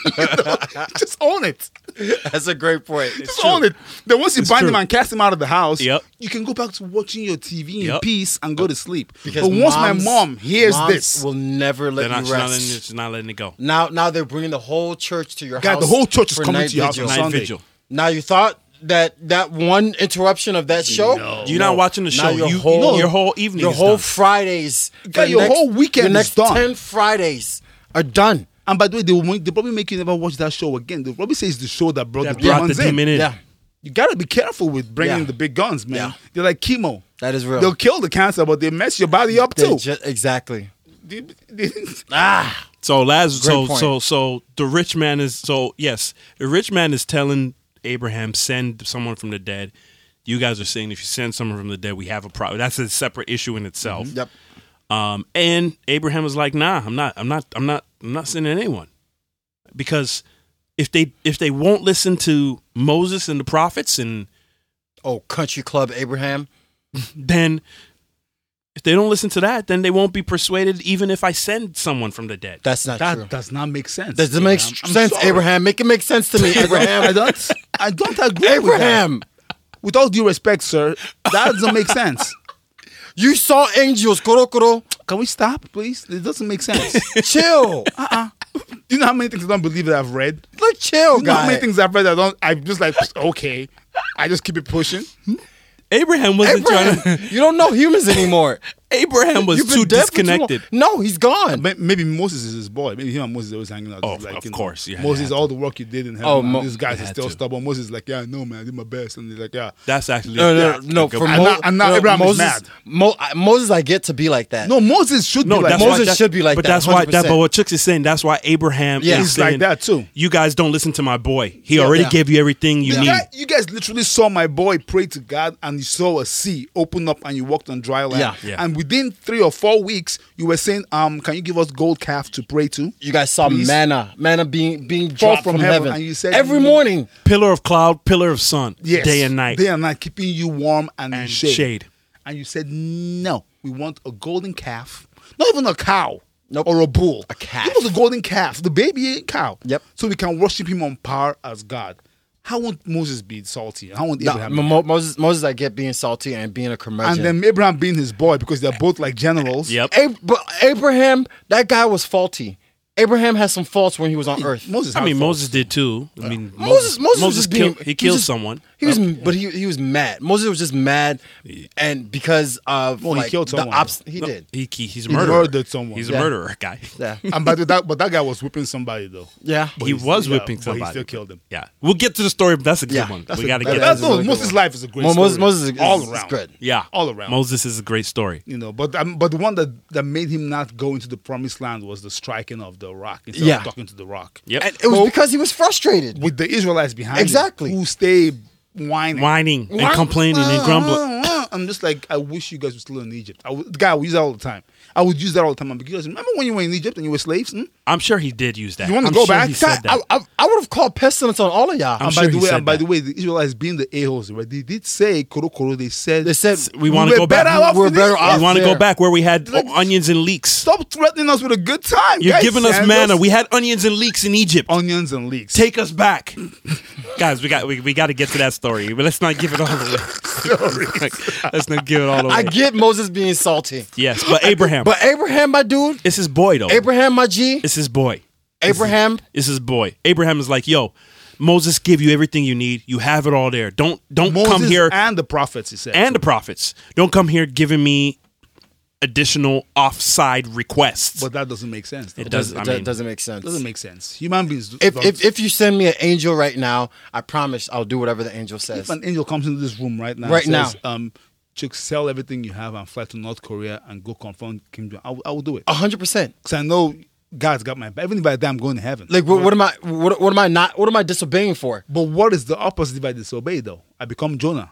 [SPEAKER 6] know, just own it.
[SPEAKER 3] That's a great point.
[SPEAKER 6] Just own it. Then once you bind him
[SPEAKER 5] true.
[SPEAKER 6] and cast him out of the house,
[SPEAKER 5] Yep.
[SPEAKER 6] you can go back to watching your TV in
[SPEAKER 5] Yep.
[SPEAKER 6] peace and go to sleep. but once
[SPEAKER 3] moms-
[SPEAKER 6] my mom hears
[SPEAKER 3] moms
[SPEAKER 6] this,
[SPEAKER 3] will never let
[SPEAKER 5] They're not,
[SPEAKER 3] you
[SPEAKER 5] she's not, letting,
[SPEAKER 3] rest.
[SPEAKER 5] she's not letting it go.
[SPEAKER 3] Now, now they're bringing the whole church to your
[SPEAKER 6] God,
[SPEAKER 3] house.
[SPEAKER 6] the whole church is
[SPEAKER 3] for
[SPEAKER 6] coming
[SPEAKER 3] night
[SPEAKER 6] to your house on
[SPEAKER 3] vigil.
[SPEAKER 5] Night
[SPEAKER 6] Sunday.
[SPEAKER 5] vigil.
[SPEAKER 3] Now you thought that that one interruption of that show.
[SPEAKER 5] You're not watching the
[SPEAKER 3] Now
[SPEAKER 5] show.
[SPEAKER 3] your
[SPEAKER 5] You-
[SPEAKER 3] whole
[SPEAKER 5] your whole evening
[SPEAKER 3] your
[SPEAKER 5] is
[SPEAKER 3] whole
[SPEAKER 5] done.
[SPEAKER 3] Fridays,
[SPEAKER 6] God, your whole weekend
[SPEAKER 3] your
[SPEAKER 6] is
[SPEAKER 3] next
[SPEAKER 6] done.
[SPEAKER 3] ten Fridays are done.
[SPEAKER 6] And by the way, they will make, they probably make you never watch that show again. They probably say it's the show that brought
[SPEAKER 5] That
[SPEAKER 6] the
[SPEAKER 5] brought the
[SPEAKER 6] demons in.
[SPEAKER 5] demon in.
[SPEAKER 3] Yeah,
[SPEAKER 6] You gotta be careful with bringing
[SPEAKER 3] Yeah.
[SPEAKER 6] the big guns, man.
[SPEAKER 3] Yeah.
[SPEAKER 6] They're like chemo.
[SPEAKER 3] that is real.
[SPEAKER 6] They'll kill the cancer, but they mess your body up
[SPEAKER 3] They
[SPEAKER 6] too.
[SPEAKER 3] ju- exactly.
[SPEAKER 6] They- they-
[SPEAKER 3] Ah,
[SPEAKER 5] So Lazarus,
[SPEAKER 3] Great
[SPEAKER 5] so
[SPEAKER 3] point.
[SPEAKER 5] so so the rich man is so yes, the rich man is telling Abraham send someone from the dead. You guys are saying if you send someone from the dead, we have a problem. That's a separate issue in itself.
[SPEAKER 3] Mm-hmm. yep.
[SPEAKER 5] Um, and Abraham is like, nah, I'm not, I'm not, I'm not, I'm not sending anyone, because if they if they won't listen to Moses and the prophets, and
[SPEAKER 3] Oh, Country Club Abraham.
[SPEAKER 5] then if they don't listen to that, then they won't be persuaded, even if I send someone from the dead.
[SPEAKER 3] That's not
[SPEAKER 6] that
[SPEAKER 3] true.
[SPEAKER 6] does not make sense.
[SPEAKER 3] Does it make
[SPEAKER 6] Abraham. I'm
[SPEAKER 3] sense,
[SPEAKER 6] sorry.
[SPEAKER 3] Abraham? Make it make sense to me,
[SPEAKER 6] I
[SPEAKER 3] Abraham.
[SPEAKER 6] don't. I don't agree with that.
[SPEAKER 3] Abraham,
[SPEAKER 6] With all due respect, sir, that doesn't make sense.
[SPEAKER 3] you saw angels. Koro koro.
[SPEAKER 6] Can we stop, please? It doesn't make sense.
[SPEAKER 3] Chill.
[SPEAKER 6] Uh, Do you know how many things I don't believe that I've read?
[SPEAKER 3] Look, chill,
[SPEAKER 6] You know how many
[SPEAKER 3] guy.
[SPEAKER 6] things I've read that I don't. I'm just like, okay. I just keep it pushing.
[SPEAKER 5] Abraham wasn't trying
[SPEAKER 3] Abraham,
[SPEAKER 5] to.
[SPEAKER 3] you don't know humans anymore.
[SPEAKER 5] Abraham was
[SPEAKER 3] You've been
[SPEAKER 5] too
[SPEAKER 3] dead for long.
[SPEAKER 5] disconnected.
[SPEAKER 3] No, he's gone.
[SPEAKER 6] May- Maybe Moses is his boy. Maybe him and Moses are always hanging out.
[SPEAKER 5] Oh,
[SPEAKER 6] Just
[SPEAKER 5] of
[SPEAKER 6] you know,
[SPEAKER 5] course, yeah, they
[SPEAKER 6] Moses,
[SPEAKER 5] had
[SPEAKER 6] all the work you did in heaven.
[SPEAKER 3] Oh,
[SPEAKER 6] Oh,
[SPEAKER 3] Mo-
[SPEAKER 6] these guys
[SPEAKER 5] they
[SPEAKER 6] are
[SPEAKER 5] had
[SPEAKER 6] still
[SPEAKER 5] to.
[SPEAKER 6] stubborn. Moses is like, yeah, I know, man, I did my best, and he's like, yeah.
[SPEAKER 5] That's actually
[SPEAKER 3] No, no,
[SPEAKER 5] yeah.
[SPEAKER 3] no. For
[SPEAKER 6] And
[SPEAKER 3] Mo-
[SPEAKER 6] now- and now
[SPEAKER 3] no,
[SPEAKER 6] Abraham is
[SPEAKER 3] Moses,
[SPEAKER 6] mad.
[SPEAKER 3] Mo- I- Moses, I get to be like that.
[SPEAKER 6] No, Moses should
[SPEAKER 5] No,
[SPEAKER 6] be like
[SPEAKER 5] that's
[SPEAKER 6] that.
[SPEAKER 5] why,
[SPEAKER 3] Moses
[SPEAKER 5] that's-
[SPEAKER 3] should be like
[SPEAKER 5] but
[SPEAKER 3] that,
[SPEAKER 5] that's why. That,
[SPEAKER 3] 100%.
[SPEAKER 5] but what Chooks is saying, that's why Abraham
[SPEAKER 3] Yeah.
[SPEAKER 5] is
[SPEAKER 3] He's
[SPEAKER 6] like
[SPEAKER 5] saying,
[SPEAKER 6] that too.
[SPEAKER 5] You guys don't listen to my boy. He already
[SPEAKER 3] Yeah.
[SPEAKER 5] gave you everything you
[SPEAKER 6] You,
[SPEAKER 5] need.
[SPEAKER 6] guys, you guys literally saw my boy pray to God, and you saw a sea open up, and you walked on dry land.
[SPEAKER 3] Yeah.
[SPEAKER 5] Yeah.
[SPEAKER 6] And within three or four weeks, you were saying, um, can you give us gold calf to pray to?
[SPEAKER 3] You guys saw manna, manna being being dropped from,
[SPEAKER 6] from
[SPEAKER 3] heaven,
[SPEAKER 6] heaven, and you said-
[SPEAKER 3] every morning.
[SPEAKER 5] Pillar of cloud, pillar of sun,
[SPEAKER 6] Yes.
[SPEAKER 5] day and night,
[SPEAKER 6] Day and night, keeping you warm and, in
[SPEAKER 5] and
[SPEAKER 6] shade.
[SPEAKER 5] shade.
[SPEAKER 6] And you said, no, we want a golden calf. Not even a cow
[SPEAKER 3] Nope.
[SPEAKER 6] or a bull.
[SPEAKER 3] A calf.
[SPEAKER 6] It was a golden calf, the baby cow.
[SPEAKER 3] Yep.
[SPEAKER 6] So we can worship him on power as God. How won't Moses be salty? How won't
[SPEAKER 3] Nah,
[SPEAKER 6] Abraham?
[SPEAKER 3] Mo- Mo- Moses, Moses, I get being salty and being a curmudgeon.
[SPEAKER 6] and then Abraham being his boy because they're both like generals.
[SPEAKER 5] Yep.
[SPEAKER 3] Ab- but Abraham, that guy was faulty. Abraham had some faults when he was on earth.
[SPEAKER 6] Moses,
[SPEAKER 5] I
[SPEAKER 6] had
[SPEAKER 5] mean,
[SPEAKER 6] faults.
[SPEAKER 5] Moses did too. I mean,
[SPEAKER 3] Moses-
[SPEAKER 5] Moses,
[SPEAKER 3] Moses
[SPEAKER 5] Moses,
[SPEAKER 3] was being-
[SPEAKER 5] killed,
[SPEAKER 3] he
[SPEAKER 5] he killed
[SPEAKER 3] just-
[SPEAKER 5] someone.
[SPEAKER 3] He was, but he he was mad. Moses was just mad, and because of
[SPEAKER 6] Well, he
[SPEAKER 3] like,
[SPEAKER 6] killed
[SPEAKER 3] the
[SPEAKER 6] someone.
[SPEAKER 3] obs- he did.
[SPEAKER 5] He, he- he's a
[SPEAKER 6] He
[SPEAKER 5] murderer.
[SPEAKER 6] murdered someone.
[SPEAKER 5] He's
[SPEAKER 3] Yeah.
[SPEAKER 5] a murderer guy.
[SPEAKER 3] Yeah,
[SPEAKER 6] And by the that, but that guy was whipping somebody though.
[SPEAKER 3] yeah.
[SPEAKER 5] he
[SPEAKER 6] he's-
[SPEAKER 5] was
[SPEAKER 6] yeah,
[SPEAKER 5] whipping
[SPEAKER 6] but he
[SPEAKER 5] somebody.
[SPEAKER 6] still killed him.
[SPEAKER 5] Yeah, we'll get to the story. But that's a good
[SPEAKER 3] Yeah,
[SPEAKER 5] one.
[SPEAKER 3] that's
[SPEAKER 5] We
[SPEAKER 3] a-
[SPEAKER 5] got to
[SPEAKER 3] that-
[SPEAKER 5] get.
[SPEAKER 6] That's
[SPEAKER 3] is a
[SPEAKER 6] no,
[SPEAKER 3] really good
[SPEAKER 6] Moses'
[SPEAKER 3] one.
[SPEAKER 6] life is a great
[SPEAKER 3] Mo-
[SPEAKER 6] story.
[SPEAKER 3] Moses, Moses is,
[SPEAKER 6] all
[SPEAKER 3] is
[SPEAKER 6] around.
[SPEAKER 3] good.
[SPEAKER 5] yeah,
[SPEAKER 6] all around.
[SPEAKER 5] Moses is a great story.
[SPEAKER 6] You know, but um, but the one that, that made him not go into the promised land was the striking of the rock instead
[SPEAKER 3] Yeah.
[SPEAKER 6] of talking to the rock.
[SPEAKER 5] Yep.
[SPEAKER 3] And it was because he was frustrated.
[SPEAKER 6] With the Israelites behind him,
[SPEAKER 3] Exactly.
[SPEAKER 6] who stayed whining. Uh,
[SPEAKER 5] whining and complaining and grumbling.
[SPEAKER 6] I'm just like, I wish you guys were still in Egypt. I would, guy, I would use that all the time. I would use that all the time. I'm like, you guys remember when you were in Egypt and you were slaves? Hmm?
[SPEAKER 5] I'm sure he did use that.
[SPEAKER 6] You wanna
[SPEAKER 5] I'm
[SPEAKER 6] go
[SPEAKER 5] sure
[SPEAKER 6] back?
[SPEAKER 5] He
[SPEAKER 3] I,
[SPEAKER 5] said that.
[SPEAKER 3] I, I would have called pestilence on all of y'all.
[SPEAKER 5] I'm
[SPEAKER 6] and
[SPEAKER 5] sure
[SPEAKER 6] by the
[SPEAKER 5] he
[SPEAKER 6] way,
[SPEAKER 5] said
[SPEAKER 6] and by
[SPEAKER 5] that.
[SPEAKER 6] the way, the Israelites being the a-holes, right? They did say Koro Koro. They said
[SPEAKER 3] they said
[SPEAKER 5] we wanna
[SPEAKER 6] were
[SPEAKER 5] go back.
[SPEAKER 6] better
[SPEAKER 5] We
[SPEAKER 6] Off
[SPEAKER 3] were
[SPEAKER 6] in
[SPEAKER 3] better
[SPEAKER 6] Egypt.
[SPEAKER 3] off.
[SPEAKER 5] I want to
[SPEAKER 3] there.
[SPEAKER 5] go back where we had
[SPEAKER 6] Like-
[SPEAKER 5] onions and leeks.
[SPEAKER 6] Stop threatening us with a good time.
[SPEAKER 5] You're
[SPEAKER 6] guys.
[SPEAKER 5] giving us
[SPEAKER 6] Send
[SPEAKER 5] manna. We had onions and leeks in Egypt.
[SPEAKER 6] onions and leeks.
[SPEAKER 5] Take us back, guys. We got we, we got to get to that story, but let's not give it all away. let's not give it all away.
[SPEAKER 3] I get Moses being salty,
[SPEAKER 5] yes, but Abraham.
[SPEAKER 3] but Abraham, my dude,
[SPEAKER 5] it's his boy though.
[SPEAKER 3] Abraham, my G,
[SPEAKER 5] It's his boy.
[SPEAKER 3] Abraham,
[SPEAKER 5] It's his boy. Abraham is like, yo, Moses give you everything you need. You have it all there. Don't don't
[SPEAKER 6] Moses
[SPEAKER 5] come here
[SPEAKER 6] and the prophets. He said.
[SPEAKER 5] and the prophets. Don't come here giving me additional offside requests.
[SPEAKER 6] but that doesn't make sense. Though.
[SPEAKER 5] it
[SPEAKER 6] It
[SPEAKER 5] does. I
[SPEAKER 3] That
[SPEAKER 5] mean,
[SPEAKER 3] doesn't make sense.
[SPEAKER 6] doesn't make sense. Human beings.
[SPEAKER 3] if,
[SPEAKER 6] don't-
[SPEAKER 3] if if you send me an angel right now, I promise I'll do whatever the angel
[SPEAKER 6] if
[SPEAKER 3] says.
[SPEAKER 6] an angel comes into this room right now,
[SPEAKER 3] Right
[SPEAKER 6] and says,
[SPEAKER 3] now.
[SPEAKER 6] um, Chick, sell everything you have and fly to North Korea and go confront Kim Jong. I will- I will do it.
[SPEAKER 3] hundred percent.
[SPEAKER 6] because I know God's got my back. Even if I die, I'm going to heaven.
[SPEAKER 3] Like what, what am I? What, what am I not? What am I disobeying for?
[SPEAKER 6] but what is the opposite if I disobey? Though I become Jonah,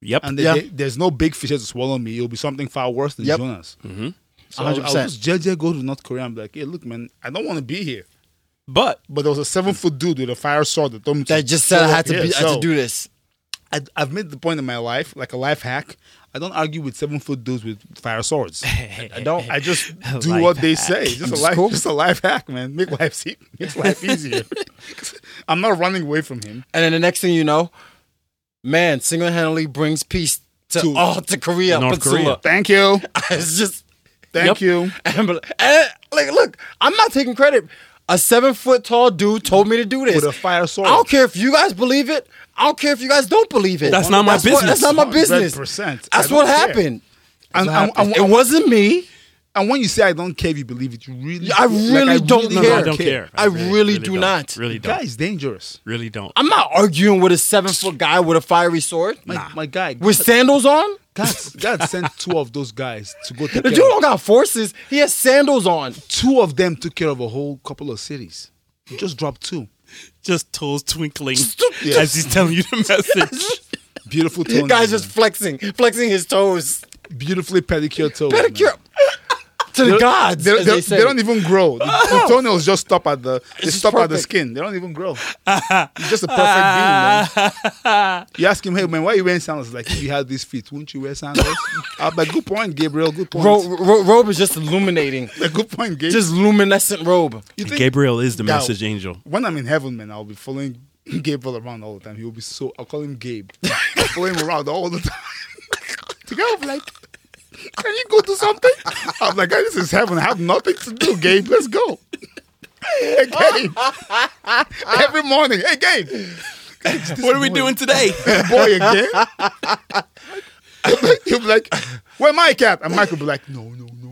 [SPEAKER 5] yep.
[SPEAKER 6] and there-
[SPEAKER 3] Yeah.
[SPEAKER 6] there- there's no big fish to swallow me. It'll be something far worse than
[SPEAKER 3] Yep.
[SPEAKER 6] Jonah's. Mm-hmm. So I'll,
[SPEAKER 3] 100%.
[SPEAKER 6] I'll just JJ go to North Korea and be like, "Hey, look, man, I don't want to be here."
[SPEAKER 5] But
[SPEAKER 6] But there was a seven foot dude with a fire sword that told me to-
[SPEAKER 3] That just said I
[SPEAKER 6] so,
[SPEAKER 3] had to
[SPEAKER 6] yeah,
[SPEAKER 3] be. I had
[SPEAKER 6] so
[SPEAKER 3] to do this.
[SPEAKER 6] I, I've made the point in my life, like a life hack. I don't argue with seven foot dudes with fire swords. I, I don't. I just do
[SPEAKER 5] Life
[SPEAKER 6] what they
[SPEAKER 5] hack.
[SPEAKER 6] say. Just a life, just a life hack, man. Make life, e- make life easier. I'm not running away from him.
[SPEAKER 3] And then the next thing you know, man, single handedly brings peace to
[SPEAKER 6] To-
[SPEAKER 3] all to Korea,
[SPEAKER 5] North
[SPEAKER 3] Peninsula.
[SPEAKER 6] Thank you.
[SPEAKER 3] it's just
[SPEAKER 6] Thank you.
[SPEAKER 3] and, and, like look, I'm not taking credit. A seven foot tall dude told me to do this
[SPEAKER 6] With a fire sword.
[SPEAKER 3] I don't care if you guys believe it. I don't care if you guys don't believe it.
[SPEAKER 5] That's not my
[SPEAKER 3] what-
[SPEAKER 5] business.
[SPEAKER 3] that's not my business.
[SPEAKER 6] 100%.
[SPEAKER 3] That's
[SPEAKER 6] I
[SPEAKER 3] what
[SPEAKER 6] don't care.
[SPEAKER 3] happened.
[SPEAKER 6] And, and, and,
[SPEAKER 3] it wasn't me.
[SPEAKER 6] and when you say I don't care if you believe it, you really,
[SPEAKER 3] I really don't
[SPEAKER 5] no, no,
[SPEAKER 3] care.
[SPEAKER 5] I don't care.
[SPEAKER 3] I really do
[SPEAKER 5] don't.
[SPEAKER 3] not.
[SPEAKER 5] Really
[SPEAKER 6] Guy
[SPEAKER 5] don't.
[SPEAKER 6] is dangerous.
[SPEAKER 5] Really don't.
[SPEAKER 3] I'm not arguing with a seven foot guy with a fiery sword
[SPEAKER 6] My, my guy,
[SPEAKER 3] with sandals on.
[SPEAKER 6] God, God sent two of those guys to go take
[SPEAKER 3] The
[SPEAKER 6] care
[SPEAKER 3] dude
[SPEAKER 6] of
[SPEAKER 3] don't got forces. He has sandals on.
[SPEAKER 6] two of them took care of a whole couple of cities. You just dropped two.
[SPEAKER 5] Just toes twinkling as he's telling you the message.
[SPEAKER 6] Beautiful
[SPEAKER 3] The
[SPEAKER 6] toes.
[SPEAKER 3] guy's just flexing, flexing his toes.
[SPEAKER 6] beautifully pedicured toes. man.
[SPEAKER 3] Pedicure to the gods.
[SPEAKER 6] They,
[SPEAKER 3] as
[SPEAKER 6] they-
[SPEAKER 3] they say. Oh.
[SPEAKER 6] they don't even grow. The, the toenails just stop at the they
[SPEAKER 3] It's
[SPEAKER 6] stop at the
[SPEAKER 3] perfect.
[SPEAKER 6] skin. They don't even grow. It's just a perfect being, man. You ask him, hey man, why you wearing sandals? Like if you had these feet, wouldn't you wear sandals? I'm like, good point, Gabriel. Good point.
[SPEAKER 3] Ro- ro- robe is just illuminating,
[SPEAKER 6] Like, good point, Gabriel.
[SPEAKER 3] just luminescent robe.
[SPEAKER 6] you think
[SPEAKER 5] Gabriel is the
[SPEAKER 6] Now-
[SPEAKER 5] message angel.
[SPEAKER 6] when I'm in heaven, man, I'll be following Gabriel around all the time. He'll be so I'll call him Gabe. I'll follow him around all the time. the guy will be like, Can you go do something? I'm like, "Guy, this is heaven. I have nothing to do, Gabe. Let's go. Hey Gabe. Every morning. Hey Gabe.
[SPEAKER 5] What are we doing today?
[SPEAKER 6] Boy again. He'll be like, Where am I cat? And Michael will be like, No, no, no.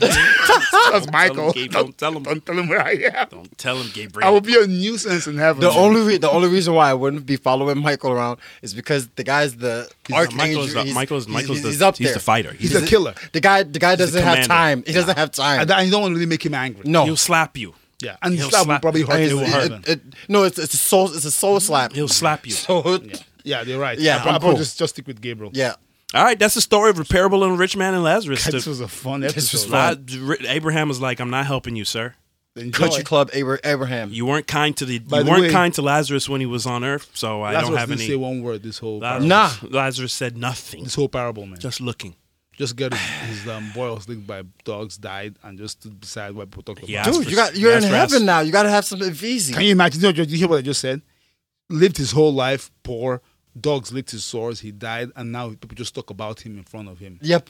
[SPEAKER 6] That's Michael.
[SPEAKER 5] Gabe,
[SPEAKER 6] Don't,
[SPEAKER 5] don't tell him.
[SPEAKER 6] don't tell him where I am.
[SPEAKER 5] Don't tell him, Gabriel.
[SPEAKER 6] I will be a nuisance in heaven.
[SPEAKER 3] The
[SPEAKER 6] man.
[SPEAKER 3] only re- the only reason why I wouldn't be following Michael around is because the guy's the archangel.
[SPEAKER 5] Michael's the-
[SPEAKER 3] he's,
[SPEAKER 5] Michael's-
[SPEAKER 3] he's-
[SPEAKER 5] Michael's
[SPEAKER 3] he's,
[SPEAKER 5] the-
[SPEAKER 3] he's up
[SPEAKER 5] he's
[SPEAKER 3] there.
[SPEAKER 5] the fighter. He's
[SPEAKER 6] He's a killer.
[SPEAKER 3] The guy the guy doesn't have
[SPEAKER 5] commander.
[SPEAKER 3] time. He doesn't have time.
[SPEAKER 6] And you don't want to really make him angry.
[SPEAKER 3] no,
[SPEAKER 5] He'll slap you.
[SPEAKER 6] Yeah, and
[SPEAKER 5] He'll
[SPEAKER 6] that will
[SPEAKER 5] slap-
[SPEAKER 6] probably hurt
[SPEAKER 3] And
[SPEAKER 6] you.
[SPEAKER 3] it's- it- it- no, it's, it's a soul. It's a soul slap.
[SPEAKER 5] He'll slap you.
[SPEAKER 3] So
[SPEAKER 6] yeah, they're right. I
[SPEAKER 3] Yeah,
[SPEAKER 6] prob-
[SPEAKER 3] I'm
[SPEAKER 6] I probably
[SPEAKER 3] cool.
[SPEAKER 6] just just stick with Gabriel.
[SPEAKER 3] yeah,
[SPEAKER 5] All right, that's the story of repairable and rich man and Lazarus.
[SPEAKER 6] God, this
[SPEAKER 5] The-
[SPEAKER 6] was a fun episode.
[SPEAKER 3] was
[SPEAKER 5] La- Ri- Abraham was like, "I'm not helping you, sir.
[SPEAKER 6] Enjoy.
[SPEAKER 3] country club Abra- Abraham.
[SPEAKER 5] You weren't kind to the.
[SPEAKER 6] By
[SPEAKER 5] you
[SPEAKER 6] the
[SPEAKER 5] weren't
[SPEAKER 6] way-
[SPEAKER 5] kind to Lazarus when he was on Earth, so I
[SPEAKER 6] Lazarus
[SPEAKER 5] don't have
[SPEAKER 6] didn't
[SPEAKER 5] any."
[SPEAKER 6] say one word this whole
[SPEAKER 5] Lazarus,
[SPEAKER 6] parable.
[SPEAKER 3] Nah.
[SPEAKER 5] Lazarus said nothing,
[SPEAKER 6] this whole parable, man. Just,
[SPEAKER 5] just looking.
[SPEAKER 6] get his, his um, boy was licked by dogs, died, and just stood beside what people talked about.
[SPEAKER 5] Yeah.
[SPEAKER 3] Dude,
[SPEAKER 5] for-
[SPEAKER 3] you got you're
[SPEAKER 5] yes,
[SPEAKER 3] in
[SPEAKER 5] for us.
[SPEAKER 3] heaven now. You got to have something easy.
[SPEAKER 6] Can you imagine? You know, you hear what I just said? Lived his whole life poor. Dogs licked his sores. He died, and now people just talk about him in front of him.
[SPEAKER 3] yep.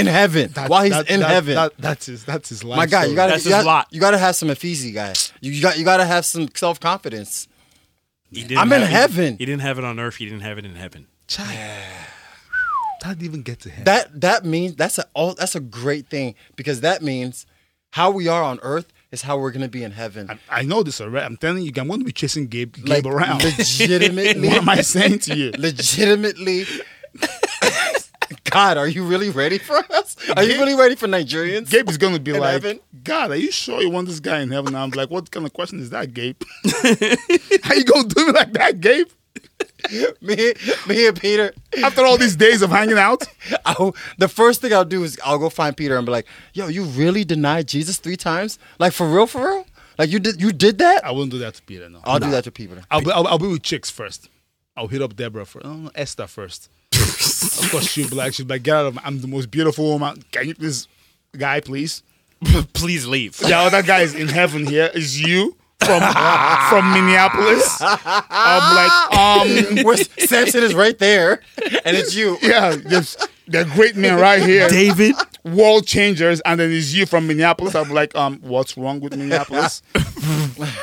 [SPEAKER 3] in heaven,
[SPEAKER 6] That-
[SPEAKER 3] while he's
[SPEAKER 6] that-
[SPEAKER 3] in
[SPEAKER 6] that-
[SPEAKER 3] heaven.
[SPEAKER 6] that- that's his. That's his life.
[SPEAKER 3] my God, you
[SPEAKER 6] story.
[SPEAKER 3] gotta
[SPEAKER 5] That's
[SPEAKER 3] you
[SPEAKER 5] his
[SPEAKER 3] gotta,
[SPEAKER 5] lot.
[SPEAKER 3] you gotta have some Ephesi, guy. You got you gotta have some self confidence.
[SPEAKER 5] He didn't
[SPEAKER 3] I'm in
[SPEAKER 5] have- he-
[SPEAKER 3] heaven.
[SPEAKER 5] He didn't have it on earth. He didn't have it in heaven.
[SPEAKER 7] How'd you even get to him?
[SPEAKER 3] That that means that's a all that's a great thing because that means how we are on earth is how we're gonna be in heaven.
[SPEAKER 6] I, I know this already. I'm telling you, I'm going to be chasing Gabe, Gabe
[SPEAKER 3] Like
[SPEAKER 6] around.
[SPEAKER 3] legitimately,
[SPEAKER 6] what am I saying to you?
[SPEAKER 3] legitimately. God, are you really ready for us? Are you really ready for Nigerians?
[SPEAKER 6] Gabe is going to be
[SPEAKER 3] In
[SPEAKER 6] like,
[SPEAKER 3] heaven?
[SPEAKER 6] God, are you sure you want this guy in heaven? I'm like, what kind of question is that, Gabe? How you going to do me like that, Gabe?
[SPEAKER 3] me, me and Peter.
[SPEAKER 6] After all these days of hanging out?
[SPEAKER 3] I'll, the first thing I'll do is I'll go find Peter and be like, "Yo, you really denied Jesus three times? Like for real, for real? Like you did, you did that?
[SPEAKER 6] I wouldn't do that to Peter, no.
[SPEAKER 3] I'll do that to Peter.
[SPEAKER 6] I'll be, I'll, I'll be with chicks first. I'll hit up Deborah first. Oh, Esther first. of course, she'll be like, she'll be like, get out of my, I'm the most beautiful woman. Can you please, guy, please?
[SPEAKER 5] Please leave.
[SPEAKER 6] Yeah, well, that guy is in heaven here. Is you from from Minneapolis? I'm like, um,
[SPEAKER 3] Where Samson is right there, and it's you.
[SPEAKER 6] yeah, there's they're great men right here,
[SPEAKER 5] David.
[SPEAKER 6] world changers, and then it's you from Minneapolis. I'm like, um, what's wrong with Minneapolis?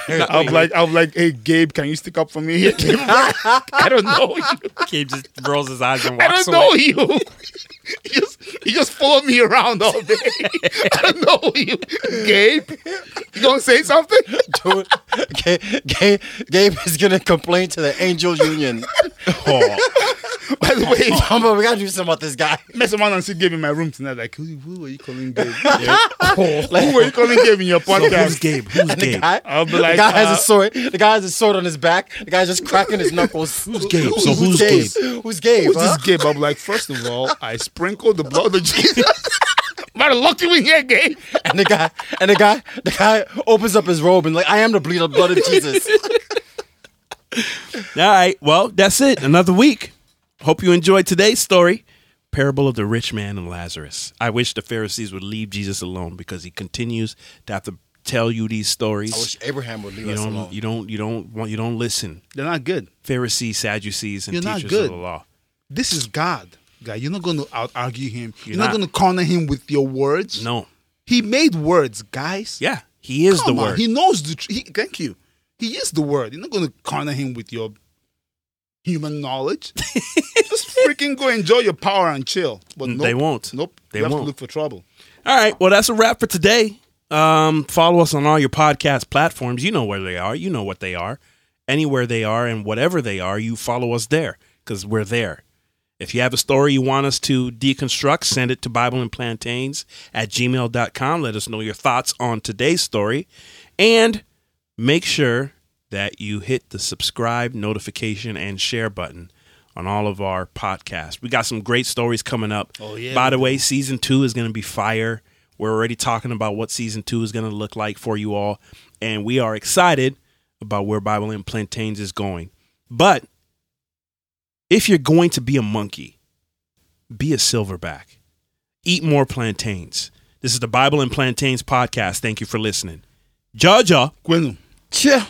[SPEAKER 6] I'm like, I'm like, hey, Gabe, can you stick up for me? here? I don't know you.
[SPEAKER 5] Gabe just rolls his eyes and
[SPEAKER 6] I
[SPEAKER 5] walks
[SPEAKER 6] don't
[SPEAKER 5] away.
[SPEAKER 6] know you. You just, you just follow me around all day. I don't know you, Gabe. You gonna say something?
[SPEAKER 3] Dude, Ga- Ga- Gabe is gonna complain to the Angel Union.
[SPEAKER 6] By the way,
[SPEAKER 3] Mama, we gotta do something about this guy.
[SPEAKER 6] mess around and see Gabe in my room tonight. Like, who, who are you calling Gabe? Yeah. who were you calling Gabe in your
[SPEAKER 5] Who's
[SPEAKER 6] podcast?
[SPEAKER 5] Gabe? Who's
[SPEAKER 3] And the
[SPEAKER 5] Gabe?
[SPEAKER 3] guy,
[SPEAKER 6] I'll be
[SPEAKER 3] the
[SPEAKER 6] like,
[SPEAKER 3] guy has
[SPEAKER 6] uh,
[SPEAKER 3] a sword. The guy has a sword on his back. The guy's just cracking his knuckles. Who's
[SPEAKER 5] Gabe? So who's
[SPEAKER 3] Who's Gabe?
[SPEAKER 6] Who's
[SPEAKER 3] huh?
[SPEAKER 6] this Gabe? I'm like, first of all, I sprinkled the blood of Jesus. But lucky we here, Gabe.
[SPEAKER 3] And the guy, and the guy, the guy opens up his robe and like, I am the bleed of blood of Jesus.
[SPEAKER 5] All right. Well, that's it. Another week. Hope you enjoyed today's story. Parable of the rich man and Lazarus. I wish the Pharisees would leave Jesus alone because he continues to have to tell you these stories.
[SPEAKER 3] I wish Oh, Abraham would leave
[SPEAKER 5] you
[SPEAKER 3] us
[SPEAKER 5] don't
[SPEAKER 3] alone.
[SPEAKER 5] you don't you don't want you don't listen.
[SPEAKER 7] They're not good.
[SPEAKER 5] Pharisees, Sadducees, and
[SPEAKER 7] You're not
[SPEAKER 5] teachers
[SPEAKER 7] good.
[SPEAKER 5] of the law.
[SPEAKER 7] This is God, guy. You're not going to out argue him. You're,
[SPEAKER 5] You're
[SPEAKER 7] not,
[SPEAKER 5] not.
[SPEAKER 7] going to corner him with your words.
[SPEAKER 5] No.
[SPEAKER 7] He made words, guys.
[SPEAKER 5] Yeah. He is
[SPEAKER 7] Come
[SPEAKER 5] the
[SPEAKER 7] on,
[SPEAKER 5] word.
[SPEAKER 7] He knows the truth. Thank you. He is the word. You're not going to corner him with your human knowledge.
[SPEAKER 6] Just freaking go enjoy your power and chill. But nope,
[SPEAKER 5] They won't.
[SPEAKER 6] Nope.
[SPEAKER 5] They
[SPEAKER 6] you have
[SPEAKER 5] won't.
[SPEAKER 6] to look for trouble.
[SPEAKER 5] All right. Well, that's a wrap for today. Um, follow us on all your podcast platforms. You know where they are. You know what they are. Anywhere they are and whatever they are, you follow us there because we're there. If you have a story you want us to deconstruct, send it to Bible and Plantains at gmail.com. Let us know your thoughts on today's story. And make sure that you hit the subscribe, notification, and share button on all of our podcasts. We got some great stories coming up. Oh, yeah. By the way, season two is going to be fire. We're already talking about what season two is going to look like for you all. And we are excited about where Bible and Plantains is going. But if you're going to be a monkey, be a silverback. Eat more plantains. This is the Bible and Plantains podcast. Thank you for listening. Jaja.
[SPEAKER 6] Quenu.
[SPEAKER 3] Yeah.